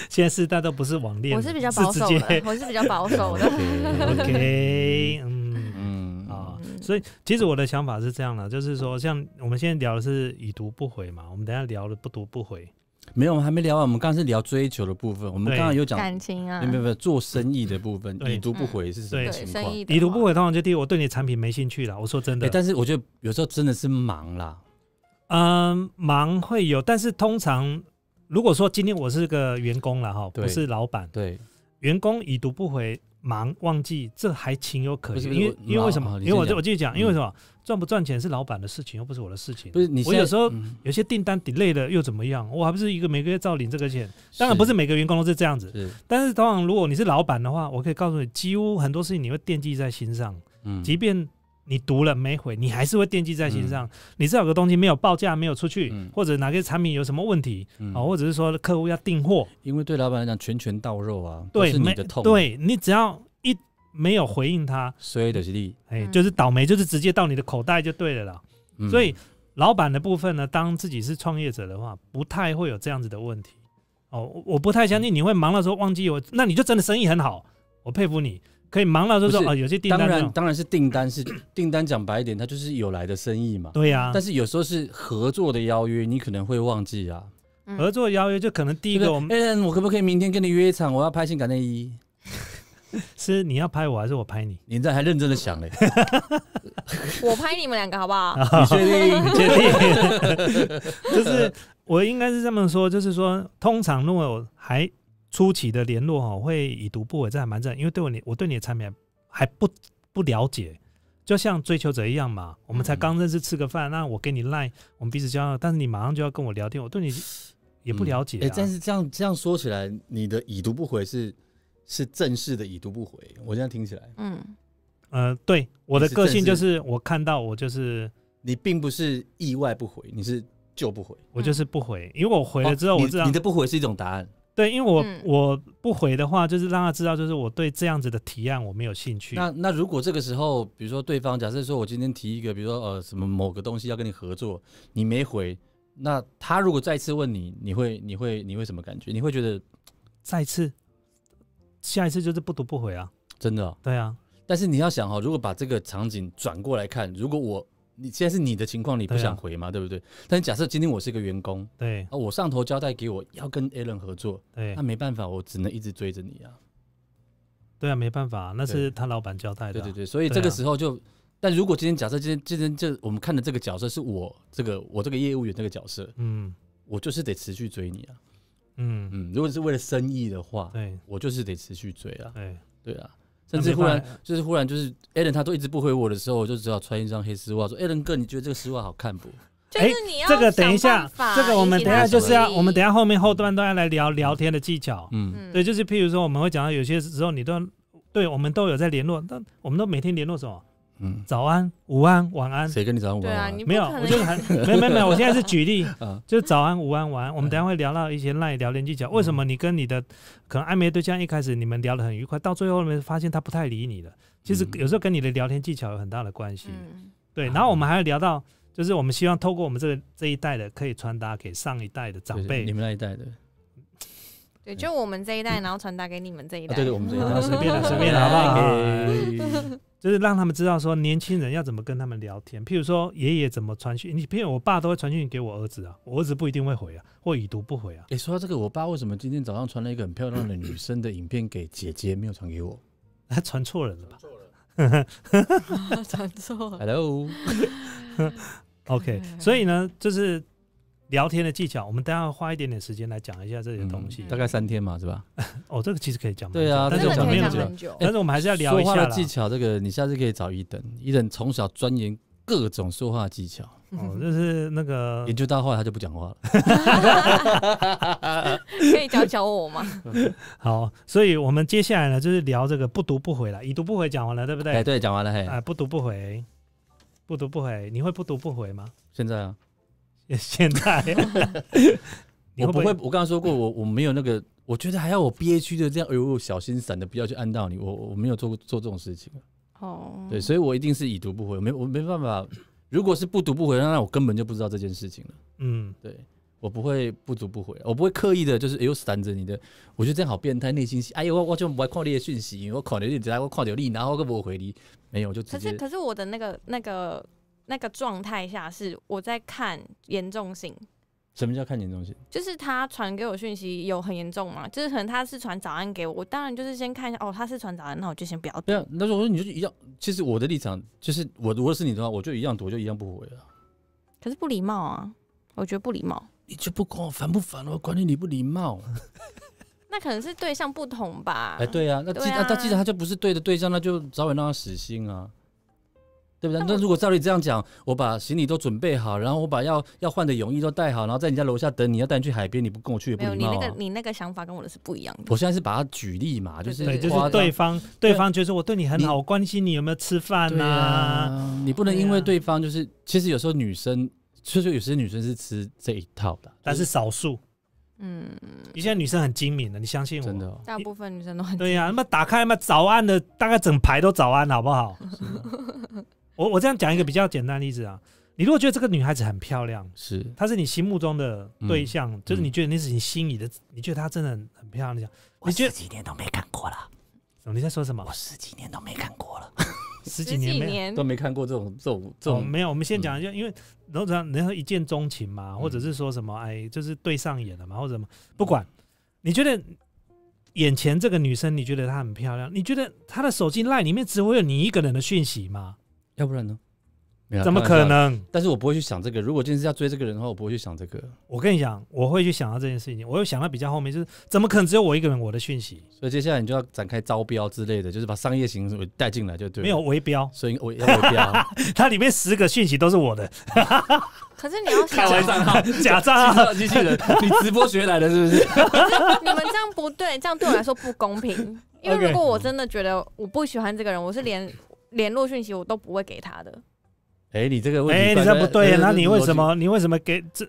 现在世代都不是网恋了，我是比较保直守接 的，我是比较保守 的。 OK，嗯。嗯啊嗯，所以其实我的想法是这样的，就是说，像我们现在聊的是已读不回嘛，我们等一下聊的不读不回，没有，我们还没聊完。我们刚刚是聊追求的部分，我们对刚刚有讲，感情啊没有，没有没有做生意的部分，对已读不回是什么对对情生况？意的已读不话，回通常就第一，我对你的产品没兴趣了。我说真的哎，，但是我觉得有时候真的是忙啦，嗯，忙会有，但是通常如果说今天我是个员工了哈，对不是老板，对，员工已读不回，忙忘记，这还情有可不是原。不是因为我因为为什老哦么？你因为我先讲我继续讲，因为嗯什么？赚不赚钱是老板的事情，又不是我的事情。不是你现我在有时候嗯有些订单 delay 了又怎么样？我还不是一个每个月照领这个钱。当然不是每个员工都是这样子，是但是通常如果你是老板的话，我可以告诉你，几乎很多事情你会惦记在心上，嗯即便你读了没回，你还是会惦记在心上。你知道有个东西没有报价，没有出去，嗯或者哪个产品有什么问题，嗯啊、或者是说客户要订货，因为对老板来讲，拳拳到肉啊，对，都是你没的痛，，对你只要一没有回应他，衰的是力，哎，嗯就是倒霉，就是直接到你的口袋就对了啦。嗯所以老板的部分呢，当自己是创业者的话，不太会有这样子的问题。哦，我我不太相嗯信你会忙到说忘记我，那你就真的生意很好，我佩服你，可以忙到说说不是哦，有些订当单那然种，当然是订单是 订单，讲白一点，它就是有来的生意嘛。对呀、但是有时候是合作的邀约，你可能会忘记啊。嗯合作邀约就可能对第一不对个我们 a l 我可不可以明天跟你约一场？我要拍性感内衣。是你要拍我还是我拍你？你这还认真的想嘞？ 我拍你们两个好不好？啊你 确定？决定，就是我应该是这么说，就是说，通常如果我还初期的联络哈，会已读不回，这还蛮正常，因为对我你我对你的产品还不不了解，就像追求者一样嘛，我们才嗯刚认识吃个饭，那我给你赖，我们彼此交流，但是你马上就要跟我聊天，我对你也不了解、啊哎、但是这样这样说起来，你的已读不回是是正式的已读不回。我这样听起来，嗯，呃，对我的你是个正性就式是我看到我就是你并不是意外不回，你是就不回。我就是不回，因为我回了之后，哦我你知道、你的不回是一种答案。对，因为我、嗯我不回的话，就是让他知道，就是我对这样子的提案我没有兴趣。那那如果这个时候，比如说对方假设说我今天提一个，比如说呃什么某个东西要跟你合作，你没回，那他如果再次问你，你会你会你会什么感觉？你会觉得再次，下一次就是不读不回啊。真的哦、对啊，但是你要想哈、如果把这个场景转过来看，如果我你现在是你的情况，你不对啊想回嘛，对不对？但是假设今天我是一个员工对啊，我上头交代给我要跟 Alan 合作，对那，没办法，我只能一直追着你啊。对啊，没办法，那是对他老板交代的对啊、对对，所以对这个啊时候就，但如果今天假设今天今天这我们看的这个角色是我这个我这个业务员这个角色，嗯我就是得持续追你啊。嗯，嗯，如果是为了生意的话，对我就是得持续追啊。对，对啊，那甚至没忽办然就是忽然就是 Alan 他都一直不回我的时候，我就只好穿一张黑丝袜说：“Alan 哥，你觉得这个丝袜好看不就是你要哎这个等一想下办，法这个我们引起等一下他就是要，注意我们等一下后面后段都要来聊聊天的技巧？”。嗯，嗯对，就是譬如说我们会讲到有些时候你都对我们都有在联络，但我们都每天联络什么？嗯，早安、午安、晚安。谁跟你早上午对啊，安啊？你不没有，可我能就还没有没有没有，我现在是举例 啊，就早安、午安、晚安。我们等一下会聊到一些赖聊天技巧，为什么嗯你跟你的可能暧昧对象一开始你们聊得很愉快，到最后面发现他不太理你了，其实嗯有时候跟你的聊天技巧有很大的关系。嗯对，然后我们还会聊到，就是我们希望透过我们这个这一代的，可以传达给上一代的长对辈你。们那一代的，对，就我们这一代，然后传达给你们这一啊代。对对，我 们这一代 哎啊随便啦 随便啦好不好好？就是让他们知道说年轻人要怎么跟他们聊天，譬如说爷爷怎么传讯，你譬如我爸都会传讯给我儿子啊，我儿子不一定会回啊，或已读不回啊。哎，说到这个，我爸为什么今天早上传了一个很漂亮的女生的影片给姐姐，没有传 给我他传错人了吧 传错了。 ？Hello， ？OK，所以呢，就是聊天的技巧，我们待会花一点点时间来讲一下这些东西。嗯大概三天嘛，是吧？哦，这个其实可以讲蛮久，嗯对啊但真是的我们可没有以讲这个讲，很久。哎但是我们还是要聊说一话下的啦。技巧，这个你下次可以找一等，一等从小钻研各种说话技巧，哦， 就是那个研究到后来他就不讲话了。可以教教我吗？好，所以我们接下来呢，就是聊这个不读不回了，已读不回讲完了，对不对？哎，对，讲完了嘿，啊，不读不回，不读不回，你会不读不回吗？ 现在啊，现在你我不会不会，会？我刚刚说过，我我没有那个，我觉得还要我憋屈的这样，哎呦，小心闪的，不要去按到你，我我没有做过做这种事情， 哦，嗯对，所以我一定是已读不回，我没我没办法，如果是不读不回，那我根本就不知道这件事情了，嗯，对。我不会不读不回，啊我不会刻意的，就是哎呦闪着你的，我觉得这样好变态，内心戏，哎呦我我就不爱看你的讯息，我看到你只我看到你，然后我不回你，没有我就直可是接可是我的那个那个那个状态下是我在看严重性，什么叫看严重性？就是他传给我讯息有很严重吗？就是可能他是传早安给我，我当然就是先看一下哦，他是传早安，那我就先不要对读。啊，那时候我说你就一样，其实我的立场就是我如果是你的话，我就一样读，我就一样不回啊了。可是不礼貌啊，我觉得不礼貌。你就不管我烦不烦，我管你礼不礼貌。那可能是对象不同吧。哎，对啊，那既对那啊他既然他就不是对的对象，那就早晚让他死心啊，对不对？但那我如果照你这样讲，我把行李都准备好，然后我把要要换的泳衣都带好，然后在你家楼下等你，要带你去海边，你不跟我去也不没有礼你貌那个啊。你那个想法跟我的是不一样的。我现在是把它举例嘛，就是对，就对夸张是对方，啊对对方觉得说我对你很你好，我关心你有没有吃饭对呐、啊，你不能对因为啊对方就是，其实有时候女生，其实有些女生是吃这一套的，但就是少数，嗯，你现在女生很精明的，你相信我。真的哦大部分女生都很对呀、那么打开嘛，早安的大概整排都早安，好不好？ 我我这样讲一个比较简单的例子啊，你如果觉得这个女孩子很漂亮，是她是你心目中的对象，就是嗯你觉得那是你心仪的，你觉得她真的很很漂亮，你想你觉得几年都没看过了，什么你在说什么？十几年都没看过了。十几十年几没有。年都没看过这种这种这哦，种没有，我们先讲一下，因为然后这样然后一见钟情嘛，或者嗯是说什么哎，就是对上眼了嘛，或者什么，哦不管，你觉得眼前这个女生，你觉得她很漂亮，你觉得她的手机 line 里面只会有你一个人的讯息吗？要不然呢？没有啊怎么可？开玩笑的能？但是我不会去想这个。如果今天是要追这个人的话，我不会去想这个。我跟你讲，我会去想到这件事情，我又想到比较后面，就是怎么可能只有我一个人我的讯息，所以接下来你就要展开招标之类的，就是把商业行为带进来就对。没有，围标，所以我要我 标。它里面十个讯息都 是我的可是你要想，假账啊号，机器人， 你直播学来的是不是？你们这样不对，这样对我来说不公平。因为 OK 嗯如果我真的觉得我不喜欢这个人，我是连联络讯息我都不会给他的。哎，你这个问题，哎，你这不对，那你为什？么你为什么给这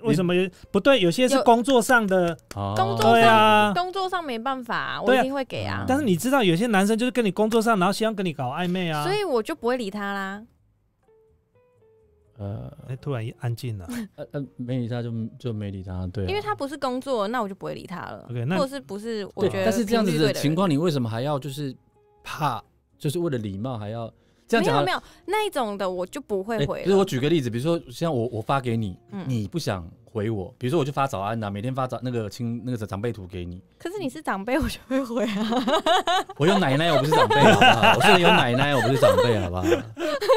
为什么不对？有些是有工作上的。工工作对啊，工作上没办法、我对啊一定会给啊，但是你知道，有些男生就是跟你工作上，然后希望跟你搞暧昧啊。所以我就不会理他啦。呃哎、突然安静了。呃呃，没理他就就没理他，对啊。因为他不是工作，那我就不会理他了。 OK，那或者是不是？我对觉得但是这样频子率对的人情，况，你为什么还要就是怕，就是为了礼貌还要？这样没讲好了有没有那一种的，我就不会哎回就是了。我举个例子，比如说像我我发给你，嗯你不想回我，比如说我就发早安呐、每天发早那个亲那个长辈图给你，可是你是长辈，我就会回啊。 我有奶奶，我不是长辈，好不好？我是有奶奶，我不是长辈，好不好？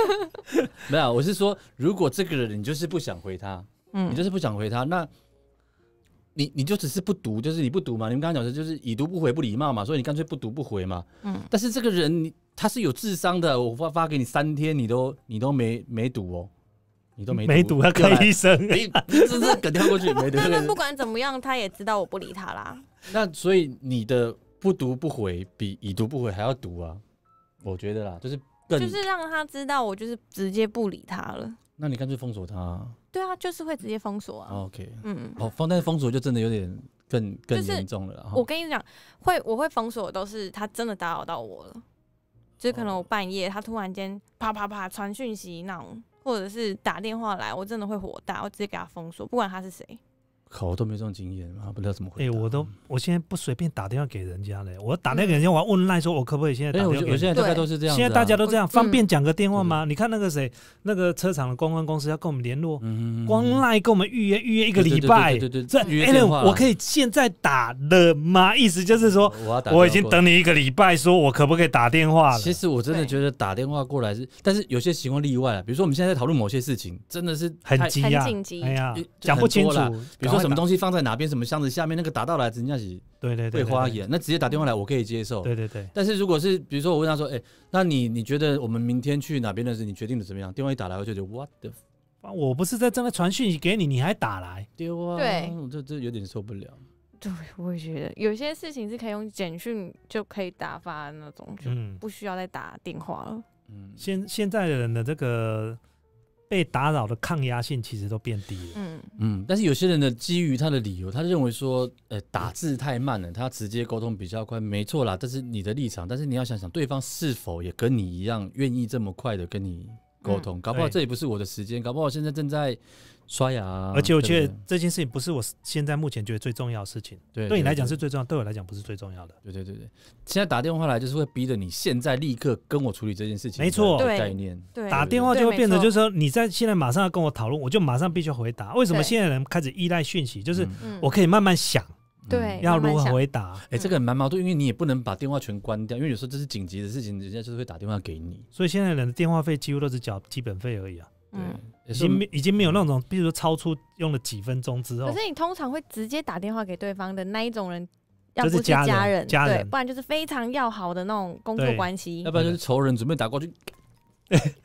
没有，我是说，如果这个人你就是不想回他，你嗯就是不想回他，那你你就只是不读，就是你不读嘛。你们刚刚讲的就是已读不回不礼貌嘛，所以你干脆不读不回嘛。嗯，但是这个人你他是有智商的，我发发给你三天，你都你都没没读哦，你都没没赌要看医生，你哎这这梗跳过去没读。他们不管怎么样，他也知道我不理他啦。那所以你的不读不回比已读不回还要毒啊，我觉得啦，就是更。就是让他知道我就是直接不理他了。那你干脆封锁他、啊对啊，就是会直接封锁啊。 OK，嗯，哦，封但是封锁就真的有点更更就是严重了啦。哦哈我跟你讲，会我会封锁的都是他真的打扰到我了，就是哦可能我半夜他突然间啪啪啪传讯息那种，或者是打电话来，我真的会火大，我直接给他封锁，不管他是谁。靠，我都没这种经验，啊，不知道怎么哎、回答。我都我现在不随便打电话给人家嘞，我打电话给人家，我要问赖说，我可不可以现在哎、打我电话觉给我人现家？在大概都是这样、子啊现在大家都，都这样，嗯方便讲个电话吗？你看那个谁，那个车厂的公关公司要跟我们联络，嗯光赖跟我们预约预约一一个礼拜对。对对这对约电 Alan，话啦啊我可以现在打了吗？意思就是说，我要打，我已经。等你一个礼拜，说我可不可以打电话了？其实我真的对觉得打电话过来是，但是有些情况例外啊，比如说我们现在在讨论某些事情，真的是很太急很啊紧急，哎呀就，讲不清楚很多啦。比如说什么西，东西放在哪边，什么箱子下面，那个打到来，人家是对对对，会对花，眼，那直接打电话来，我可以接受。对对对，但是如果是比如说我问他说，哎、那你你觉得我们明天去哪边的事，你决定的怎么样？电话一打来，我就觉得 what the 我不是在正在传讯息给你，你还打来，丢啊！对，这这有点受不了。对，哎我也觉得有些事情是可以用简讯就可以打发的那种，就嗯，不需要再打电话了。嗯，现现在的人的这个被打扰的抗压性其实都变低了。嗯，嗯，但是有些人呢，基于他的理由，他认为说，呃，打字太慢了，他直接沟通比较快，没错啦，这是你的立场。但是你要想想，对方是否也跟你一样愿意这么快的跟你嗯沟通？搞不好对这也不是我的时间，搞不好我现在正在刷牙啊、而且我觉对得不这件事情不是我现在目前觉得最重要的事情，对，对你来讲是最重要，对我来讲不是最重要的。对对对对。现在打电话来就是会逼着你现在立刻跟我处理这件事情，没错这个对概念。对，打电话就会变成就是说你在现在马上要跟我讨论，我就马上必须回答。为什么对现在人开始依赖讯息？就是嗯嗯我可以慢慢想对要慢慢如何想回答，哎、这个蛮矛盾，因为你也不能把电话全关掉，因为有时候这是紧急的事情，人家就是会打电话给你。所以现在人的电话费几乎都是缴基本费而已啊，对，嗯。有已时候经没已经没有那种，比如说超出用了几分钟之可后，是你通常会直接打电话给对方的那一种人，要就是不家人人，家对，人不然就是非常要好的那种工作对关系要。不然就是仇人准备打过 去，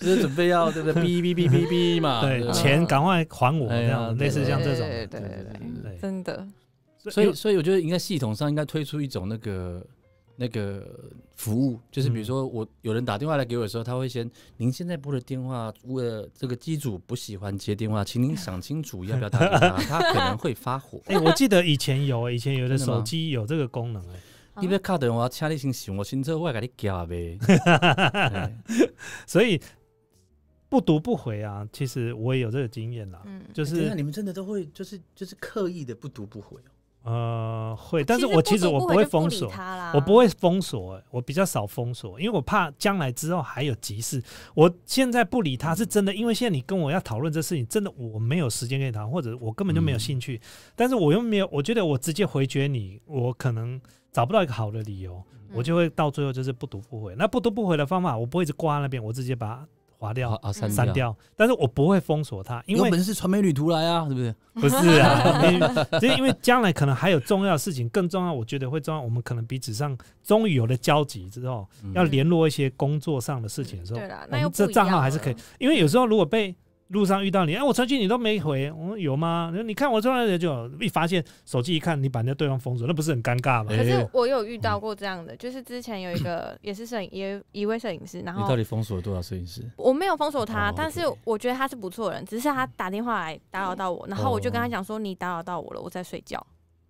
就是准备要对不对？哔哔哔哔哔嘛，对吧嗯钱赶快还我哎这呀样，类似对像这种，对对对对对，对，真的，所以所以我觉得应该系统上应该推出一种那个那个服务，就是比如说我有人打电话来给我的时候，他会先您现在拨的电话，为了这个机主不喜欢接电话，请您想清楚要不要打给他， 他可能会发火。哎、我记得以前有，哎以前有的真的吗手机有这个功能、你别卡电话，请你先想我清楚，我给你加呗。 哎，哎 所以不读不回啊，其实我也有这个经验啦，嗯，就等一下是你们真的都会就是就是刻意的不读不回哦。呃会，但是我其实我不会读不封回就不锁，理他啦，我不会封锁、哎我比较少封锁，因为我怕将来之后还有急事。我现在不理他是真的，因为现在你跟我要讨论这事情，真的我没有时间跟你谈，或者我根本就没有兴趣。但是我又没有，我觉得我直接回绝你，我可能找不到一个好的理由，嗯我就会到最后就是不读不回。那不读不回的方法，我不会一直挂在那边，我直接把它划掉。啊啊，删删掉，但是我不会封锁它，因有为哦本事传媒旅途来啊，是不是？ 不是啊，因为就是因为将来可能还有重要的事情，更重要，我觉得会重要。我们可能彼此上终于有了交集之后，嗯要联络一些工作上的事情的时候，对啦，我那又们这不一账号样啊还是可以了。因为有时候如果被路上遇到你，哎，我传讯你都没回，我说有吗？然后你看我突然就一发现手机一看，你把人家对方封锁，那不是很尴尬吗？哎可是我有遇到过这样的，就是之前有一 个也是摄影，也有一位摄影师，然你到后底封锁了多少摄影师？我没有封锁他，哦但是 OK 我觉得他是不错的人，只是他打电话来打扰到我，然后我就跟哦他讲说你打扰到我了，我在睡觉，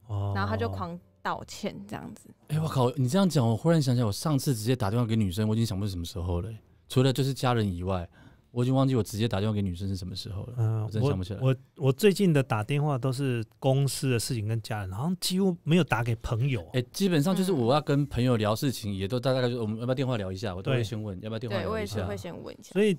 哦然后他就。狂道歉这样子。哎、我靠！你这样讲，我忽然想起来，我上次直接打电话给女生，我已经想不起什么时候了欸、除了就是家人以外，我已经忘记我直接打电话给女生是什么时候了。嗯我，真想不起来我我最近的打电话都是公司的事情跟家人，好像几乎没有打给朋友。啊哎、基本上就是嗯我要跟朋友聊事情，也都大概就是我们要不要电话聊一下，我都对会先问要不要电话对我聊一也是下会。先问一下，所以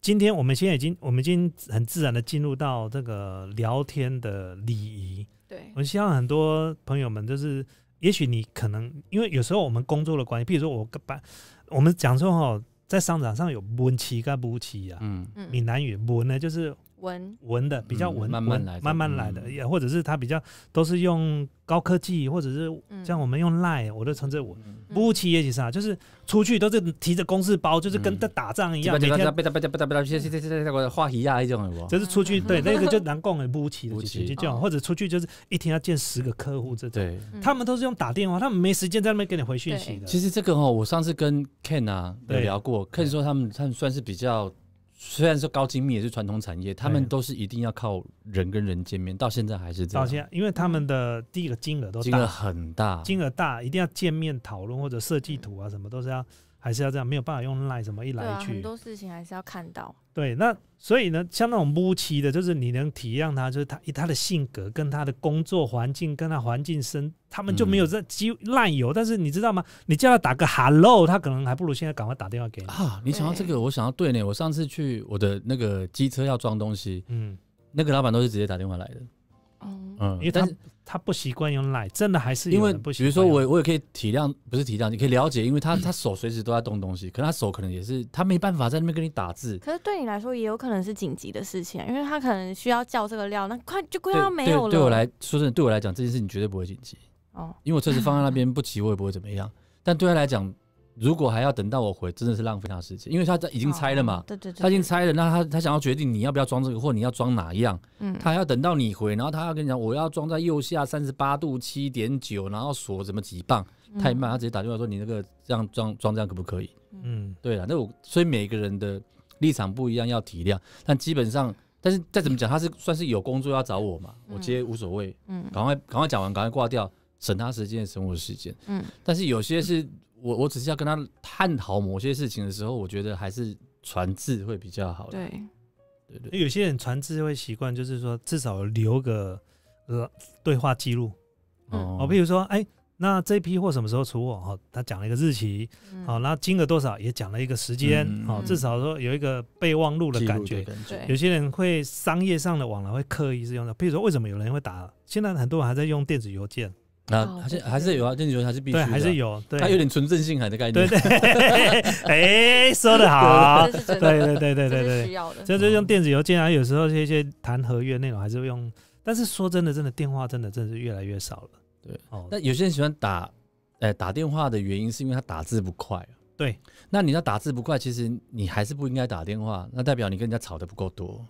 今天我们现在已经，我们已经很自然的进入到这个聊天的礼仪。嗯对我希望很多朋友们就是，也许你可能因为有时候我们工作的关系，譬如说我跟班，我们讲说哈，在商场上有文期跟武期啊，嗯，嗯，闽南语文呢就是文文的比较嗯文，慢慢文来的慢慢来的，嗯也或者是他比较都是用高科技，或者是嗯像我们用 Line，我都称之为文。嗯不企业其实啊，就是出去都是提着公事包，就是跟嗯在打仗一这样，边每这边天被他被他被他被他现现现现在我话题呀，一种有无？就是出 去对那个就难讲的不企的不事起情，就这样，哦或者出去就是一天要见十个客户这种，对，嗯他们都是用打电话，他们没时间在那边给你回讯息的。其实这个哦，我上次跟 Ken 啊有对聊过，Ken 说他们他们算是比较，虽然说高精密也是传统产业，他们都是一定要靠人跟人见面，到现在还啊是这到样，现在，因为他们的第一个金额都金额大，很大，金额大，一定要见面讨论或者设计图啊什么都是要，还是要这样，没有办法用 Line 什么一对来啊，一很去。多事情还是要看到，对，那所以呢，像那种乌期的，就是你能体谅他，就是他以他的性格跟他的工作环境跟他环境生，他们就没有嗯在基滥游。但是你知道吗？你叫他打个 hello，他可能还不如现在赶快打电话给你。啊！你想到这个，我想到对呢，我上次去我的那个机车要装东西，嗯，那个老板都是直接打电话来的，嗯，嗯，因为但他是他不习惯用 line，真的还是有因为人不习比惯如说用我我也可以体谅，不是体谅，你可以了解，因为 他他手随时都在动东西，可能他手可能也是他没办法在那边跟你打字，可是对你来说也有可能是紧急的事情、啊，因为他可能需要叫这个料，那快就快要对啊没有对，了。对我来说真的，对我来讲这件事情绝对不会紧急。哦，因为我车子放在那 边不骑，我也不会怎么样。但对他来讲，如果还要等到我回，真的是浪费他时间，因为他在已已经拆了嘛，对对对，他已经哦对，拆了，那他他想要决定你要不要装这个，或你要装哪一样，嗯，他还要等到你回，然后他要跟你讲我要装在右下三十八度七点九，然后锁怎么几磅，嗯太慢，他直接打电话说你那个这样装装这样可不可以？嗯，对了，那我所以每个人的立场不一样，要体谅，但基本上。但是再怎么讲，他是算是有工作要找我嘛，我接无所谓，嗯，嗯赶快赶快讲完，赶快挂掉，省他时间，省我时间。嗯，但是有些是我我只是要跟他探讨某些事情的时候，我觉得还是传字会比较好啦。对，对对因为有些人传字会习惯，就是说至少留个呃对话记录。嗯哦，譬如说，哎，那这批货什么时候出货？哦，他讲了一个日期，哦嗯好、，那金额多少也讲了一个时间，嗯好、嗯至少说有一个备忘录的记录感觉。感对觉，有些人会商业上的往来会刻意是用的，比如说为什么有人会打？现在很多人还在用电子邮件，那哦还是对对还是有啊，电子邮件还是必须对，的啊，还是有，对，它有点纯正性海的概对念。对，哎、说的好，这是真的，对对对对对这是需对，要的，这就用电子邮件啊，有时候这些谈合约内容还是会用，但是说真的，真的电话真的真的是越来越少了，对，哦，那有些人喜欢打，呃，打电话的原因是因为他打字不快啊。对，那你要打字不快，其实你还是不应该打电话，那代表你跟人家吵得不够多。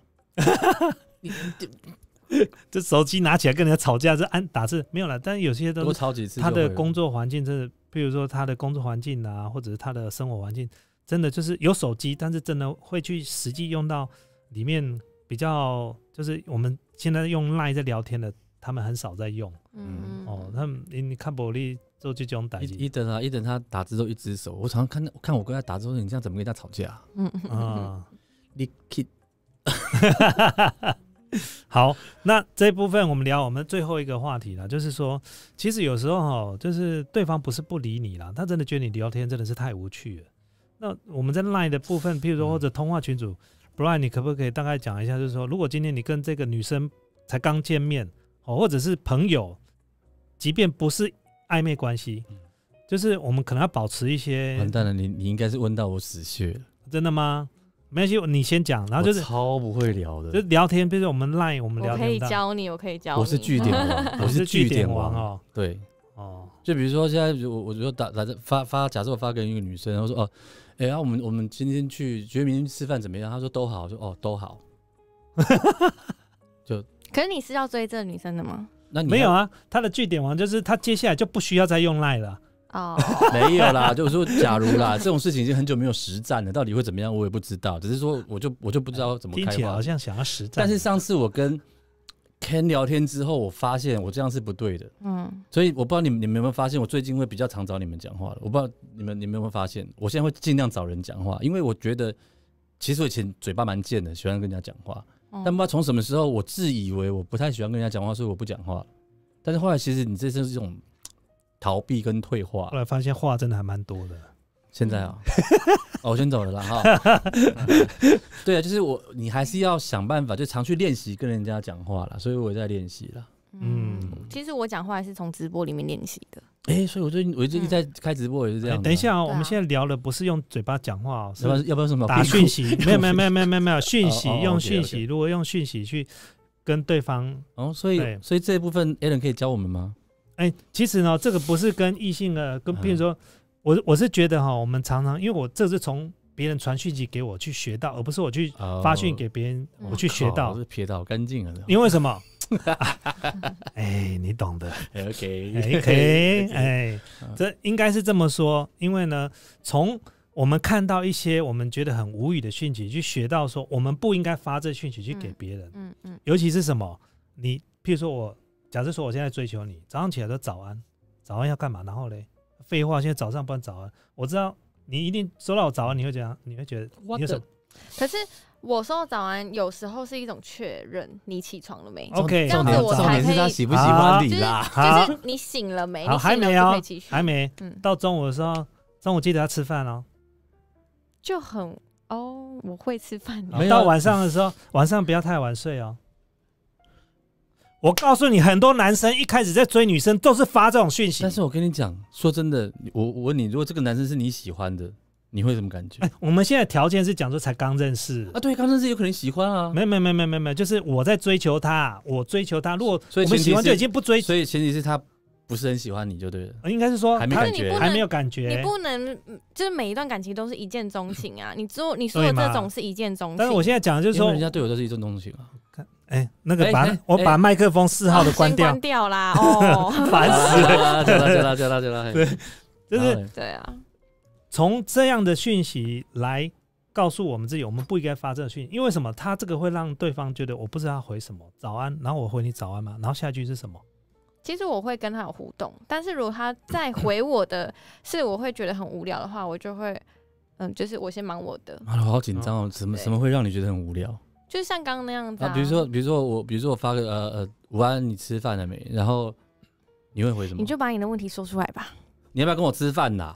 这手机拿起来跟人家吵架是按打字没有了，但有些都多是吵几次就他会了，的工作环境真的，譬如说他的工作环境啊，或者是他的生活环境，真的就是有手机，但是真的会去实际用到里面比较，就是我们现在用 Line 在聊天的，他们很少在用嗯，嗯哦。，他们你你看伯利做这种代一际一等啊，一等他打字都一只手，我常常看到看我跟他打字，我说你这样怎么跟人家吵架啊、嗯嗯嗯啊。你 kid 好，那这部分我们聊我们最后一个话题了，就是说，其实有时候哦，就是对方不是不理你啦，他真的觉得你聊天真的是太无趣了。那我们在 LINE 的部分，譬如说嗯或者通话群组、b r i a n 你可不可以大概讲一下，就是说，如果今天你跟这个女生才刚见面哦，或者是朋友，即便不是暧昧关系嗯，就是我们可能要保持一些完，蛋了，你你应该是问到我死穴了，真的吗？没关系，你先讲，然后就是我超不会聊的，就是聊天，比如说我们 LINE，我们 我聊可天以到，教你，我可以教你，嗯我是据点王，我你是据点王。哦，对，哦。就比如说现在如果我就打打发发，假设我发给一个女生，然后说哦，哎、啊，我们我们今天去觉得明天吃饭怎么样？她说都好，我说哦都好，可是你是要追这个女生的吗？那你没有啊？啊，他的据点王就是他接下来就不需要再用赖了。哦，没有啦，就是说假如啦，这种事情已经很久没有实战了，到底会怎么样我也不知道，只是说我就我就不知道怎么听开起来花好。像想要实战，但是上次我跟 Ken 聊天之后，我发现我这样是不对的，嗯，所以我不知道你们你们有没有发现，我最近会比较常找你们讲话了。我不知道你们你们有没有发现，我现在会尽量找人讲话，因为我觉得其实我以前嘴巴蛮贱的，喜欢跟人家讲话，嗯但不知道从什么时候，我自以为我不太喜欢跟人家讲话，所以我不讲话了。但是后来，其实你这就是一种逃避跟退化后。来发现话真的还蛮多的。现在 啊、哦，我先走了啦哈。 对啊，就是我，你还是要想办法，就常去练习跟人家讲话啦。所以我也在练习啦。嗯，其实我讲话也是从直播里面练习的。哎、所以我最近我最近嗯在开直播也是这样、哎等一，下、哦，对啊我们现在聊的不是用嘴巴讲话、哦，要不然是要不然什么打屁股讯息。没有没有没有没有没有没有讯息哦哦，用 OK，OK 讯息。如果用讯息去跟对方，哦，所以对所以这一部分 Alan 可以教我们吗？哎，其实呢，这个不是跟异性的，跟嗯譬如说，我我是觉得哈，我们常常因为我这是从别人传讯息给我去学到，而不是我去哦发讯给别人，嗯我去学靠到我。是撇到干净了。因为什 么？哎，你懂 的。哎 OK 哎，可以，哎，哎，这应该是这么说，因为呢，从我们看到一些我们觉得很无语的讯息，去学到说我们不应该发这讯息去给别人，嗯嗯尤其是什么，你譬如说我，假设说我现在追求你，早上起来说早安，早安要干嘛？然后嘞，废话，现在早上不然早安，我知道你一定收到我早安，你会怎样？你会觉得你 What 有什 the- 么可是我收到早安，有时候是一种确认你起床了没， OK？这样子好我才重点可是以他喜不喜欢就你是啦。好就是你醒了没？好你醒还了没就哦可以继续，还没嗯，到中午的时候，中午记得要吃饭哦。就很哦，我会吃饭的没有啊嗯到晚上的时候，晚上不要太晚睡哦。我告诉你，很多男生一开始在追女生都是发这种讯息。啊但是我跟你讲，说真的，我我问你，如果这个男生是你喜欢的，你会什么感觉哎、？我们现在条件是讲说才刚认识，啊，对，刚认识有可能喜欢啊，没有没有没有没有没有没有，就是我在追求他，我追求他。如果所我以们前提喜欢是就已经不追，所以前提是他不是很喜欢你就对了。呃应该是说还没他感觉可是你不还没能有感你觉。不能，嗯就是每一段感情都是一见钟 情啊！你做你说对的嘛这种是一见钟情，但是我现在讲的就是因为说人，家对我都是一见钟情 啊，哎、那个把、哎哎我把麦克风四号的关哦先掉关，掉啦！ 哦，烦、死 了。了，对啊啦对啦对啦对啦，对就然是后嘞对啊，从这样的讯息来告诉我们自己，我们不应该发这个讯息，因为什么？他这个会让对方觉得我不知道他回什么，早安，然后我回你早安嘛，然后下一句是什么？其实我会跟他有互动，但是如果他再回我的是我会觉得很无聊的话，我就会嗯，就是我先忙我的，妈的，我好紧张哦，什么对什么会让你觉得很无聊？就是像刚刚那样子啊，比如说，比如说我，比如说我发个呃呃，午安，你吃饭了没？然后你会回什么？你就把你的问题说出来吧。你要不要跟我吃饭呐？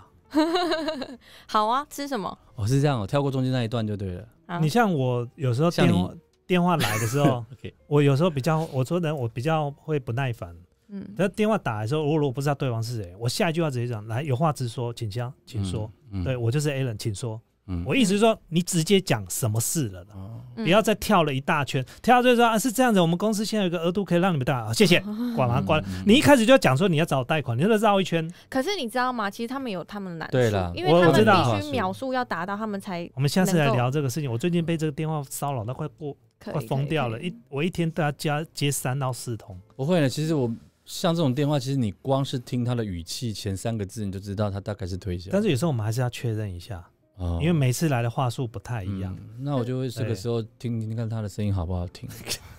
好啊，吃什么？我、是这样哦，跳过中间那一段就对了。啊你像我有时候像电话电话来的时 候 OK，我有时候比较，我说人我比较会不耐烦，嗯，那电话打来的时候，我如果不知道对方是谁，我下一句话直接讲，来有话直说，请讲，请说，嗯，嗯对，我就是 a l a n 请说。嗯我意思是说，你直接讲什么事了啦。哦嗯不要再跳了一大圈，跳就是说啊是这样子，我们公司现在有一个额度可以让你们贷款，谢谢，管完管了。嗯嗯你一开始就要讲说你要找我贷款，你就绕一圈。可是你知道吗？其实他们有他们的难处，对啦因我为他我知道啊们必须描述要达到，他们才我们下次来能够聊这个事情。我最近被这个电话骚扰到快过可以快疯掉了，可以一我一天都要接接三到四通。不会呢。其实我像这种电话，其实你光是听他的语气前三个字，你就知道他大概是推销。但是有时候我们还是要确认一下，哦因为每次来的话术不太一样。嗯那我就会这个对时候听听看他的声音好不好听，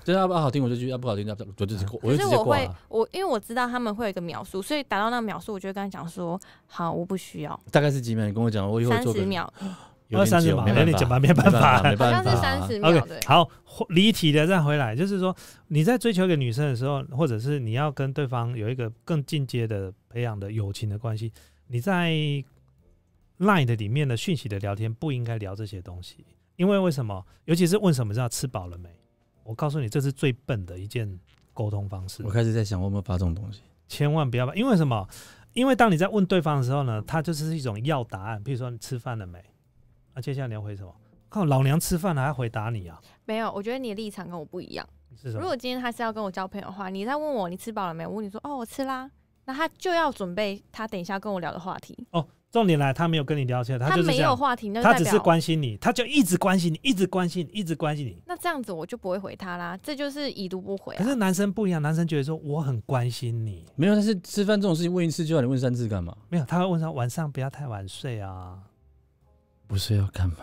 就是要不好听我就去，要不好听就我就直接我可就是直接我挂会了，，我因为我知道他们会有一个描述，所以达到那个描述，我就会跟他讲说：“好，我不需要。大概是几秒？你跟我讲，我”一会儿三做个十，秒，有点30久秒没有办点久法，吧没办法没好办像法，是三十秒 OK，对。好，或离题的再回来，就是说你在追求一个女生的时候，或者是你要跟对方有一个更进阶的培养的友情的关系，你在 Line 的里面的讯息的聊天不应该聊这些东西，因为为什么？尤其是问什么叫吃饱了没？我告诉你，这是最笨的一件沟通方式我，开始在想，我有没有发这种东西？千万不要把，因为什么？因为当你在问对方的时候呢，他就是一种要答案，比如说你吃饭了没？啊，接下来你要回什么？靠，老娘吃饭了还回答你啊？没有，我觉得你的立场跟我不一样。是什啊如么？果今天他是要跟我交朋友的话，你在问我你吃饱了没？我问你说：“哦，我吃啦。”那他就要准备他等一下跟我聊的话题。重点来，他没有跟你聊天，他就是这没有样，话题，那就他代只表是关心你，他就一直关心你，一直关心你，一直关心你。那这样子我就不会回他啦，这就是已读不回、可啊。是男生不一样，男生觉得说我很关心你，没有，但是吃饭这种事情问一次就要你问三次干嘛？没有，他会问说晚上不要太晚睡啊。 不是要干嘛？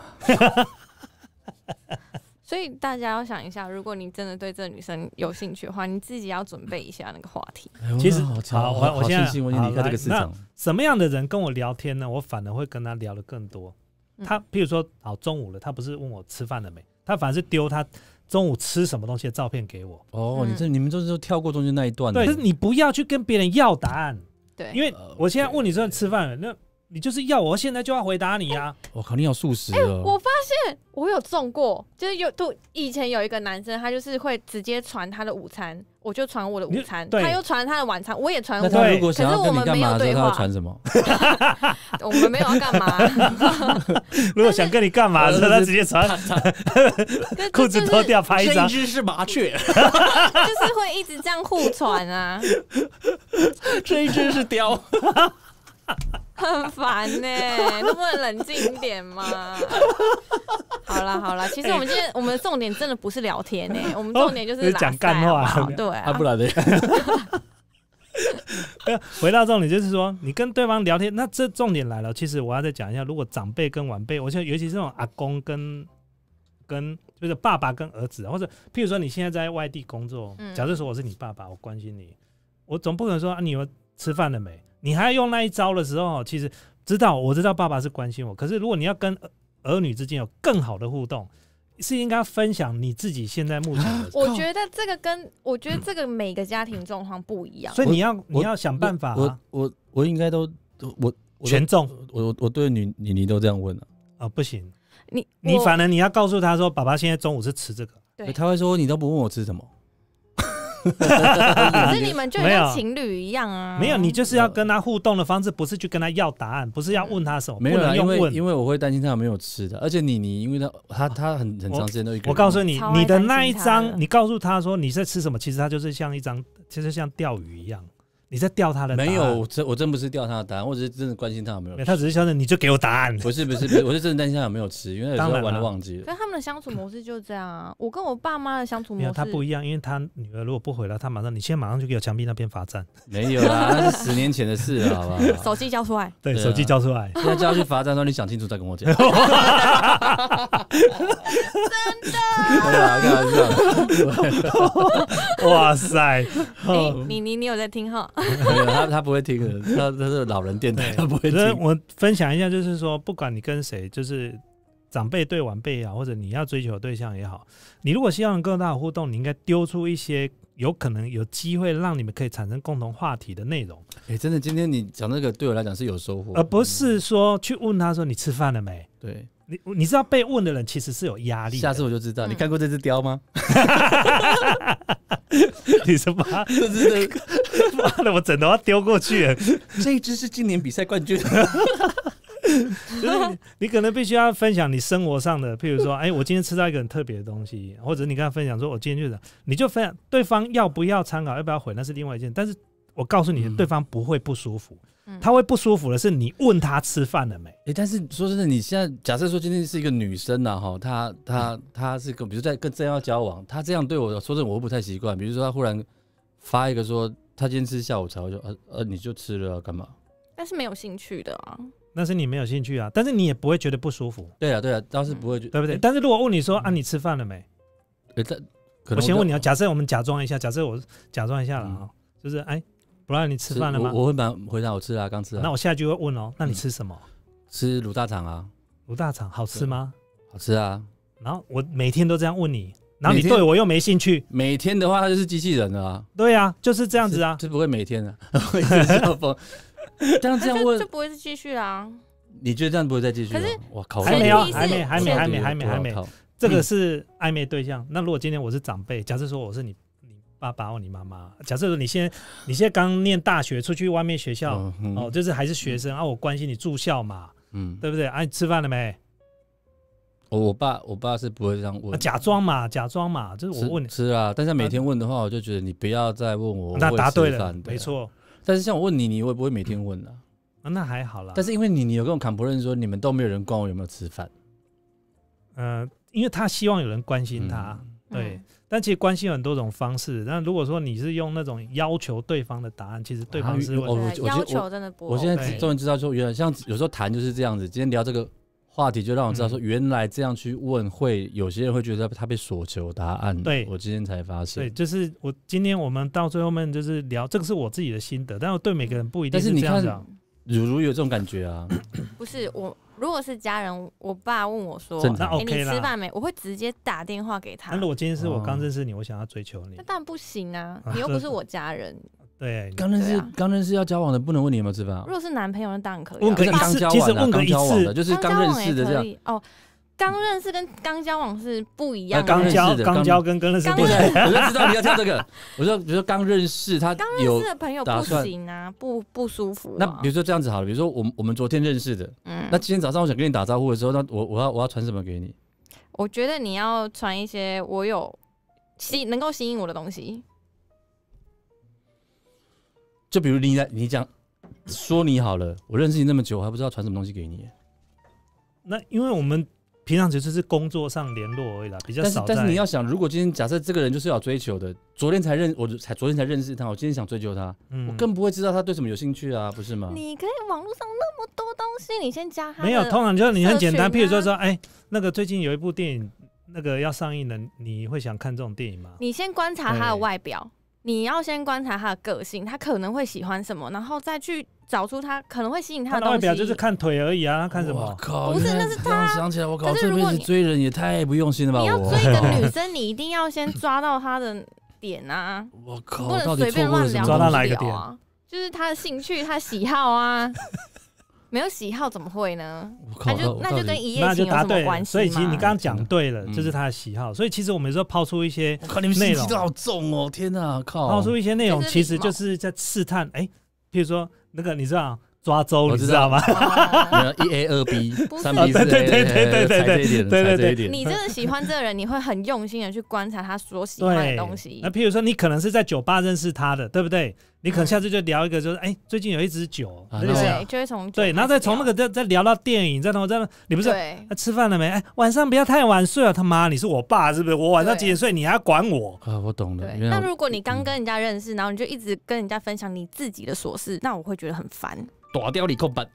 所以大家要想一下，如果你真的对这个女生有兴趣的话，你自己要准备一下那个话题。哎呦其实那好好我好我现在庆幸我已经离开这个市好场。什么样的人跟我聊天呢？我反而会跟他聊得更多。嗯他譬如说，好中午了，他不是问我吃饭了没，他反而是丢他中午吃什么东西的照片给我。哦，你这你们都是都跳过中间那一段的，对，就是你不要去跟别人要答案，对，因为嗯呃我现在对问你说吃饭了，那你就是要我现在就要回答 你啊。我靠，你好素食哎我哦，发现我有中过，就是有都以前有一个男生，他就是会直接传他的午餐，我就传我的午餐，你对他又传他的晚餐，我也传那我他对如果想要跟你干嘛的时可是我们没有对候，他话要传什么？的，我们没有要干嘛， 如果想跟你干嘛，呃但是他直接穿就就裤子脱掉拍一这一张，只是麻 雀，就是就是会一直这样互传啊，这一只是雕。 很烦 呢、能不能冷静一点嘛？ 好啦好啦，其实我们今天我们的重点真的不是聊天呢、我们重点就是哎哦拉讲塞干话好不好 对啊，啊不，然呢？回到重点，就是说你跟对方聊天，那这重点来了。其实我要再讲一下，如果长辈跟晚辈，我现在尤其是这种阿公跟跟就是爸爸跟儿子，或者譬如说你现在在外地工作，嗯。假设说我是你爸爸，我关心你，我总不可能说啊，你们吃饭了没？你还要用那一招的时候，其实知道我知道爸爸是关心我，可是如果你要跟儿儿女之间有更好的互动，是应该分享你自己现在目前的我觉得这个跟我觉得这个每个家庭状况不一样，所以你要你我要想 办法、我啊、我我应该都我我权重我我我对女女尼都这样问了、啊、不行，你你我反而你要告诉他说，爸爸现在中午是吃这个，对他会说你都不问我吃什么， 可是你们就很没像有情侣一样啊。没有，你就是要跟他互动的方式，不是去跟他要答案，不是要问他什么， 没不有啦，能因用为问。因为我会担心他有没有吃的，而且你你因为他他他很很长时间都一个人我告诉你超，爱你的担心那一他的张，你告诉他说你在吃什么，其实他就是像一张，其实像钓鱼一样，你在钓他的答案。没有，我真我真不是调他的答案，我只是真的关心他有没有没有，吃。他只是想着你就给我答案。不是不是不是，我是真的担心他有没有吃，因为有时候当然啦玩的忘记了。可是他们的相处模式就是这样啊。我跟我爸妈的相处没模有，式，他不一样，因为他女儿如果不回来，他马上，你现在马上就给我墙壁那边罚站，没有啦，那是十年前的事了，好不好？手机交出来，对，对啊手机交出 来。现在就要去罚站的时候，你想清楚再跟我讲。真的？对 啊，开玩笑。哇塞，哎、 哦你你你有在听哈？ 没有他他不会听的，他他是老人电台， 他不会所以听。我分享一下，就是说，不管你跟谁，就是长辈对晚辈也好，或者你要追求的对象也好，你如果希望更大的互动，你应该丢出一些有可能有机会让你们可以产生共同话题的内容，哎，真的，今天你讲这个对我来讲是有收获，而呃不是说去问他说你吃饭了没。对。你你知道被问的人其实是有压力的，下次我就知道，嗯你看过这只雕吗？ 你是妈这只这妈的，我枕头要丢过去了， 这一只是今年比赛冠军。就是你你可能必须要分享你生活上的，譬如说，哎，我今天吃到一个很特别的东西，或者你跟他分享说，哦我今天就是，你就分享对方要不要参考，要不要回，那是另外一件。但是我告诉你嗯，对方不会不舒服，嗯他会不舒服的是你问他吃饭了没，哎、但是说真的，你现在假设说今天是一个女生呐、哈，她她她是个，比如在跟真要交往，她这样对我说真的，我会不太习惯。比如说她忽然发一个说她今天吃下午茶，我就呃呃你就吃了啊干、嘛？但是没有兴趣的啊。那是你没有兴趣啊，但是你也不会觉得不舒服，对啊对啊，倒是不会觉得对不对？但是如果问你说啊，你吃饭了没？诶但可能嗯我先问你啊，要假设我们假装一下，假设我假装一下了啊、就是哎，不然你吃饭了吗？嗯我我会蛮回答我吃了、啊，刚吃了、那啊，我下一句会问哦，那你吃什么？嗯吃卤大肠啊，卤大肠好吃吗？好吃啊。然后我每天都这样问你，然后每你天对我又没兴趣，每天的话，她就是机器人了、啊，对啊，就是这这样子啊。就不会每天啊， 我一直笑 疯。这样这那样就问就，不会继续啊啦。你觉得这样不会再继续了可是？我靠，还我没有觉得还没还没还没我还没靠还没靠这个是暧昧对象。那如果今天我是长辈，假设说我是你你爸爸或你妈妈，假设说你现在你现在刚念大学，出去外面学校、嗯哼哦，就是还是学生啊，我关心你住校嘛，嗯，对不对？啊，你吃饭了没？哦我我爸我爸是不会这样啊问，假装嘛，假装嘛，就是吃我问你，吃啊，但是他每天问的话，我就觉得你不要再问我那会答吃对了饭，的啊没。错、但是像我问你，你我也不会每天问啊。啊那还好啦。但是因为你你有跟我 complain 说你们都没有人管我有没有吃饭，嗯、呃，因为他希望有人关心他。对嗯，但其实关系有很多种方式。那如果说你是用那种要求对方的答案，其实对啊方是因为会哦我对我觉得要我求真的不 OK。我现在对终于知道说原来像有时候谈就是这样子，今天聊这个。话题就让我嗯知道说，原来这样去问会有些人会觉得他被索求答案。对我今天才发对，现。就是我今天我们到最后面就是聊，这个是我自己的心得，但我对每个人不一定但是这你样看子啊。 如如有这种感觉啊，不是我，如果是家人，我爸问我说正：“那常哎、 OK 你吃啦。饭啊没？”我会直接打电话给他那。如果今天是我刚哦认识你，我想要追求你那，但不行啊啊，你又这不是我家人。对，刚认对识啊刚认识要交往的，不能问你有没有吃饭啊如，果是男朋友，那当然可以啊、问不个是一刚次交其实往的啊，问个刚一交往次的，就是刚刚交认往也识的这可样，以哦。刚认识跟刚交往是不一样啊的。刚刚认识交的刚刚交跟刚 认识刚不对，一样我就知道你要挑这个。我说，比如说刚认识他刚认有识，的朋友打不算行啊，不不舒服、啊。那比如说这样子好了，比如说我们我们昨天认识的，嗯，那今天早上我想跟你打招呼的时候，那我我要我要传什么给你？我觉得你要传一些我有吸能够吸引我的东西。就比如你来，你讲说你好了，我认识你那么久，我还不知道传什么东西给你。那因为我们平常只是工作上联络而已啦，比较但是少在。但是你要想，如果今天假设这个人就是要追求的，昨天才认我才昨天才认识他，我今天想追求他，嗯我更不会知道他对什么有兴趣啊，不是吗？你可以网络上那么多东西，你先加他的。没有，通常就是你很简单，社譬群啊如说说，哎，那个最近有一部电影，那个要上映了，你会想看这种电影吗？你先观察他对的外表，你要先观察他的个性，他可能会喜欢什么，然后再去找出他可能会吸引他他的的东外西。表就是看腿而已啊，他看什我么？靠！不是原来那是这样想起来，我靠，可是这如辈果子你追人也太不用心了吧！你要追我，的女生，你一定要先抓到她的点啊， 我你靠，不我到能底随错便过了乱什么聊。抓东到西？哪一个啊？就是她的兴趣、她的喜好啊。 没有喜好怎么会呢？我靠那，就我那到就跟底一那夜就情有答什对么了。关系所以其实你嘛刚刚讲对了，嗯这是他的喜好。所以其实我们有时候抛出一些我靠，你们内信容息都好重哦！天哪，靠！抛出一些内容，就是其礼实就貌是在试探。哎，譬如说那个你知道抓周，我你知知道道吗？哦一 A 二 B 不是三 B 四啊 A，对对对对对对才这一点，对对才这一对点你真的喜欢这个人，你会很用心的去观察他所 喜欢对的东西那。譬如说你可能是在酒吧认识他的，对不对？你嗯可能下次就聊一个，就是哎，最近有一支酒，啊那就那是我对，就会从对，然后再从那个再再聊到电影，再从再你不不是对那吃饭了没？哎，晚上不要太晚睡啊！他妈，你是我爸是不是？我晚上对几点睡，你还要管我？啊，我懂了对。。原那来我如果你嗯刚跟人家认识，然后你就一直跟人家分享你自己的琐事，那我会觉得很烦，打掉你扣 板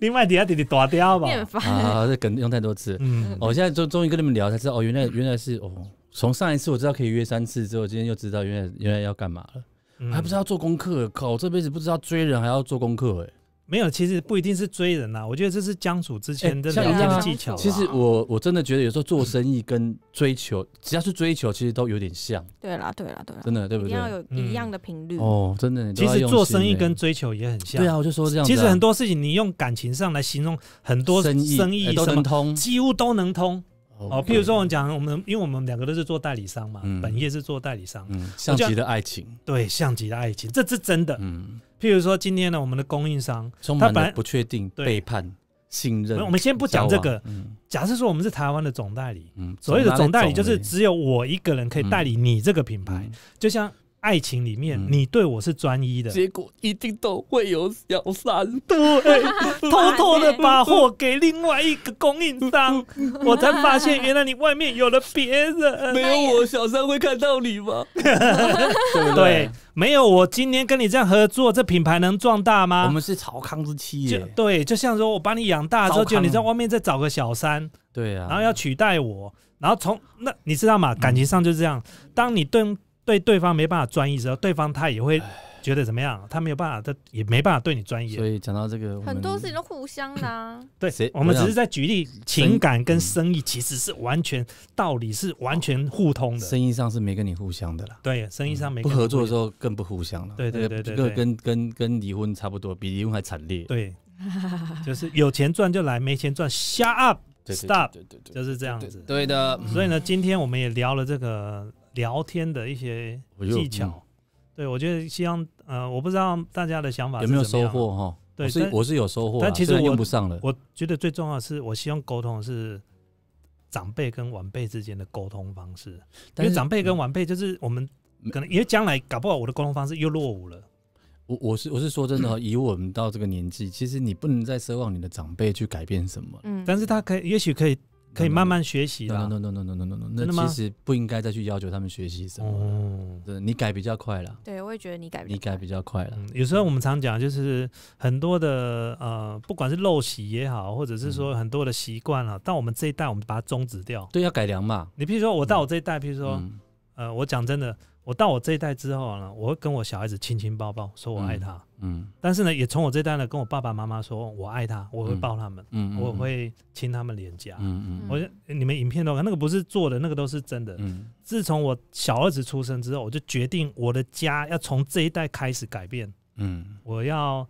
你外底要弟弟打掉吧你？很烦。啊，这梗用太多次。哦嗯，我现在终终于跟你们聊才知道，哦，原来原来是哦，从上一次我知道可以约三次之后，今天又知道原来原来要干嘛了，嗯还不知道做功课。靠，我这辈子不知道追人还要做功课哎。没有，其实不一定是追人呐、我觉得这是江主之前哎的像聊天一样的啊技巧啦、其实我我真的觉得有时候做生意跟追求，只要是追求，其实都有点像，对啦，对啦，对啦，真的对不啊一定对？要有嗯一样的频率。哦，真的，其都要实用做心生意哎跟追求也很像。对啊，我就说这样子啊。其实很多事情你用感情上来形容，很多生意生哎意都什能么通几乎都能通哦。譬如说我们讲，讲我们，因为我们两个都是做代理商嘛，嗯本业是做代理商，嗯，象棋的爱情，对像极了爱情，这是真的。嗯，譬如说今天呢，我们的供应商，充满他本了来不确定、对背叛、信任没有。我们先不讲这交个往，嗯假设说我们是台湾的总代理，嗯，所谓的嗯总代理就是总只有我一个人可以代理你这个品牌，嗯就像爱情里面嗯你对我是专一的，结果一定都会有小三。对，偷偷的把货给另外一个供应商，我才发现原来你外面有了别人。没有我，小三会看到你吗？嗯对不对对，，没有我今天跟你这样合作，这品牌能壮大我吗？们是曹康之妻啊就耶，对，就像说我把你养大之糟后，糠就你在外面再找个小三，对啊，然后要取代我，然后从那你知道吗？感情上就是这样，当你对对对方没办法专一之后，对方他也会觉得怎么样？他没有办法，他也没办法对你专一所。以讲到这个，我们很多事情都互相的 啊，对谁，我们我只想是在举例，情感跟生意其实是完全道理是完全互通的。生意上是没跟你互相的啦，对，生意上嗯没不合作的时候，候更不互相了，对对那个对对这个对跟跟跟离婚差不多，比离婚还惨烈，对，就是有钱赚就来，没钱赚 shut up 对对 stop，对对对就是这样对子。对的，所以呢，今天我们也聊了这个聊天的一些我又技巧。对，我觉得希望呃，我不知道大家的想法有是没有怎么收样啊？获哈？对我但是我是有收获啦，但其实虽然我用不上了。我觉得最重要的是，我希望沟通的是长辈跟晚辈之间的沟通方式，因但为是长辈跟晚辈就是我们嗯可能因为将来搞不好我的沟通方式又落伍了。我我是我是说真的哦，以我们到这个年纪，其实你不能再奢望你的长辈去改变什么。嗯，但是他可以，也许可以，可以慢慢学习 no 啦 no。no no no no no no，啊真的吗那其实不应该再去要求他们学习什么。哦，真的你改比较快了，对我也觉得你改变，你改比较快了。嗯，有时候我们常讲，就是很多的呃，不管是陋习也好，或者是说很多的习惯啊，到我们这一代，我们把它终止掉。对，要改良嘛。哦你譬如说，我到我这一代，譬如说，嗯呃，我讲真的，我到我这一代之后呢，我会跟我小孩子亲亲抱抱，说我爱他。嗯但是呢，也从我这一代呢，跟我爸爸妈妈说我爱他，我会抱他们，嗯，我会亲他们脸颊。嗯我就你们影片都看，那个不是做的，那个都是真的。嗯自从我小儿子出生之后，我就决定我的家要从这一代开始改变，嗯我要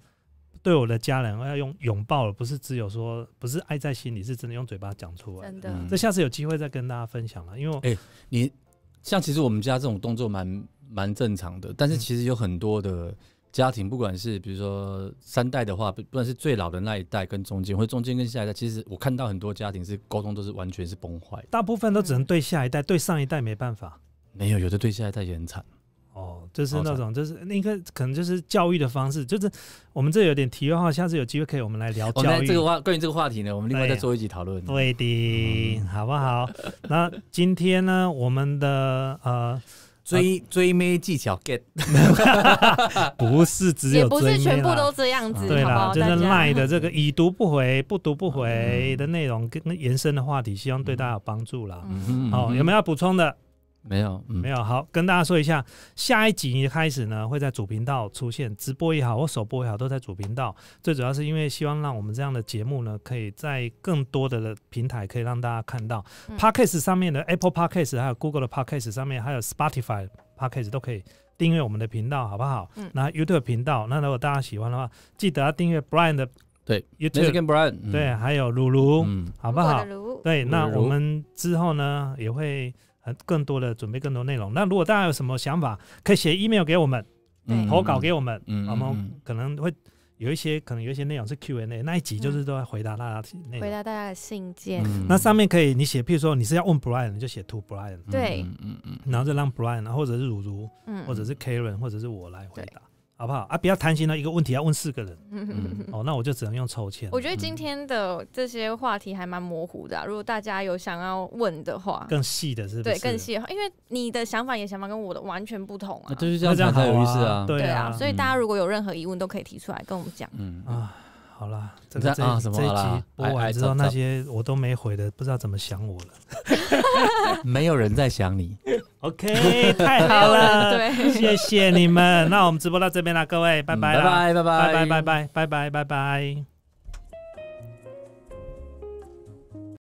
对我的家人我要用拥抱了，不是只有说，不是爱在心里，是真的用嘴巴讲出来。真的，嗯这下次有机会再跟大家分享了，因为我哎你像其实我们家这种动作蛮蛮正常的，但是其实有很多的家庭，不管是比如说三代的话，不不管是最老的那一代跟中间，或者中间跟下一代，其实我看到很多家庭是沟通都是完全是崩坏的，大部分都只能对下一代，对上一代没办法。没有有的对下一代也很惨，哦，就是那种，就是那个可能就是教育的方式，就是我们这有点题外话，下次有机会可以我们来聊哦，教那育。这个话关于这个话题呢，我们另外对再啊做一集讨论。对的，好不好？ 那今天呢，我们的呃，追追妹技巧 get 不是只也有不追是妹全部啦都这样子，对好不啦，好？就大是家赖的这个已读不回、不读不回的内容跟跟延伸的话题，希望对大家有帮助啦。嗯嗯哦，有没有要补充的？没有，嗯没有，好，跟大家说一下，下一集开始呢，会在主频道出现，直播也好或首播也好，都在主频道。最主要是因为希望让我们这样的节目呢，可以在更多的平台可以让大家看到、嗯 p o d c a s t 上面的 Apple Podcast，还有 Google 的 Podcast 上面，还有 Spotify Podcast 都可以。订阅我们的频道好不好？嗯那 YouTube 频道，那如果大家喜欢的话，记得要订阅 Brian 的对 YouTube，、 Nancy 跟 Brian 嗯对，还有鲁鲁，嗯好不好？如果的如对，那如我们之后呢也会很更多的准备更多内容。那如果大家有什么想法，可以写 email 给我们，嗯投稿给我们，嗯嗯我嗯们可能会有一些，可能有一些内容是 Q&A，那一集就是都在回答大家的内嗯回容。答大家的信件，嗯那上面可以你写，譬如说你是要问 Brian，你就写 to Brian，对嗯嗯嗯然后就让 Brian 啊或者是如如嗯，或 者是 Karen 或者是我来回答，好不好？啊，不要贪心了，一个问题要问四个人，嗯哦，那我就只能用抽签。我觉得今天的这些话题还蛮模糊的啊、如果大家有想要问的话，更细的是不是？对更。细的话，因为你的想法也想法跟我的完全不同那啊，就是这那样这样才才好有意啊思啊，对对啊，啊所以大家如果有任何疑问都可以提出来跟我们讲。嗯啊，啊，好啦，这你个在这啊一什么这一好啦集播哎哎完之后，走那走些我都没回的，不知道怎么想我了。没有人在想你， OK，太 好了，对，谢谢你们。那我们直播到这边啦，各位，拜嗯拜拜啦，拜拜拜拜拜拜拜拜拜拜拜。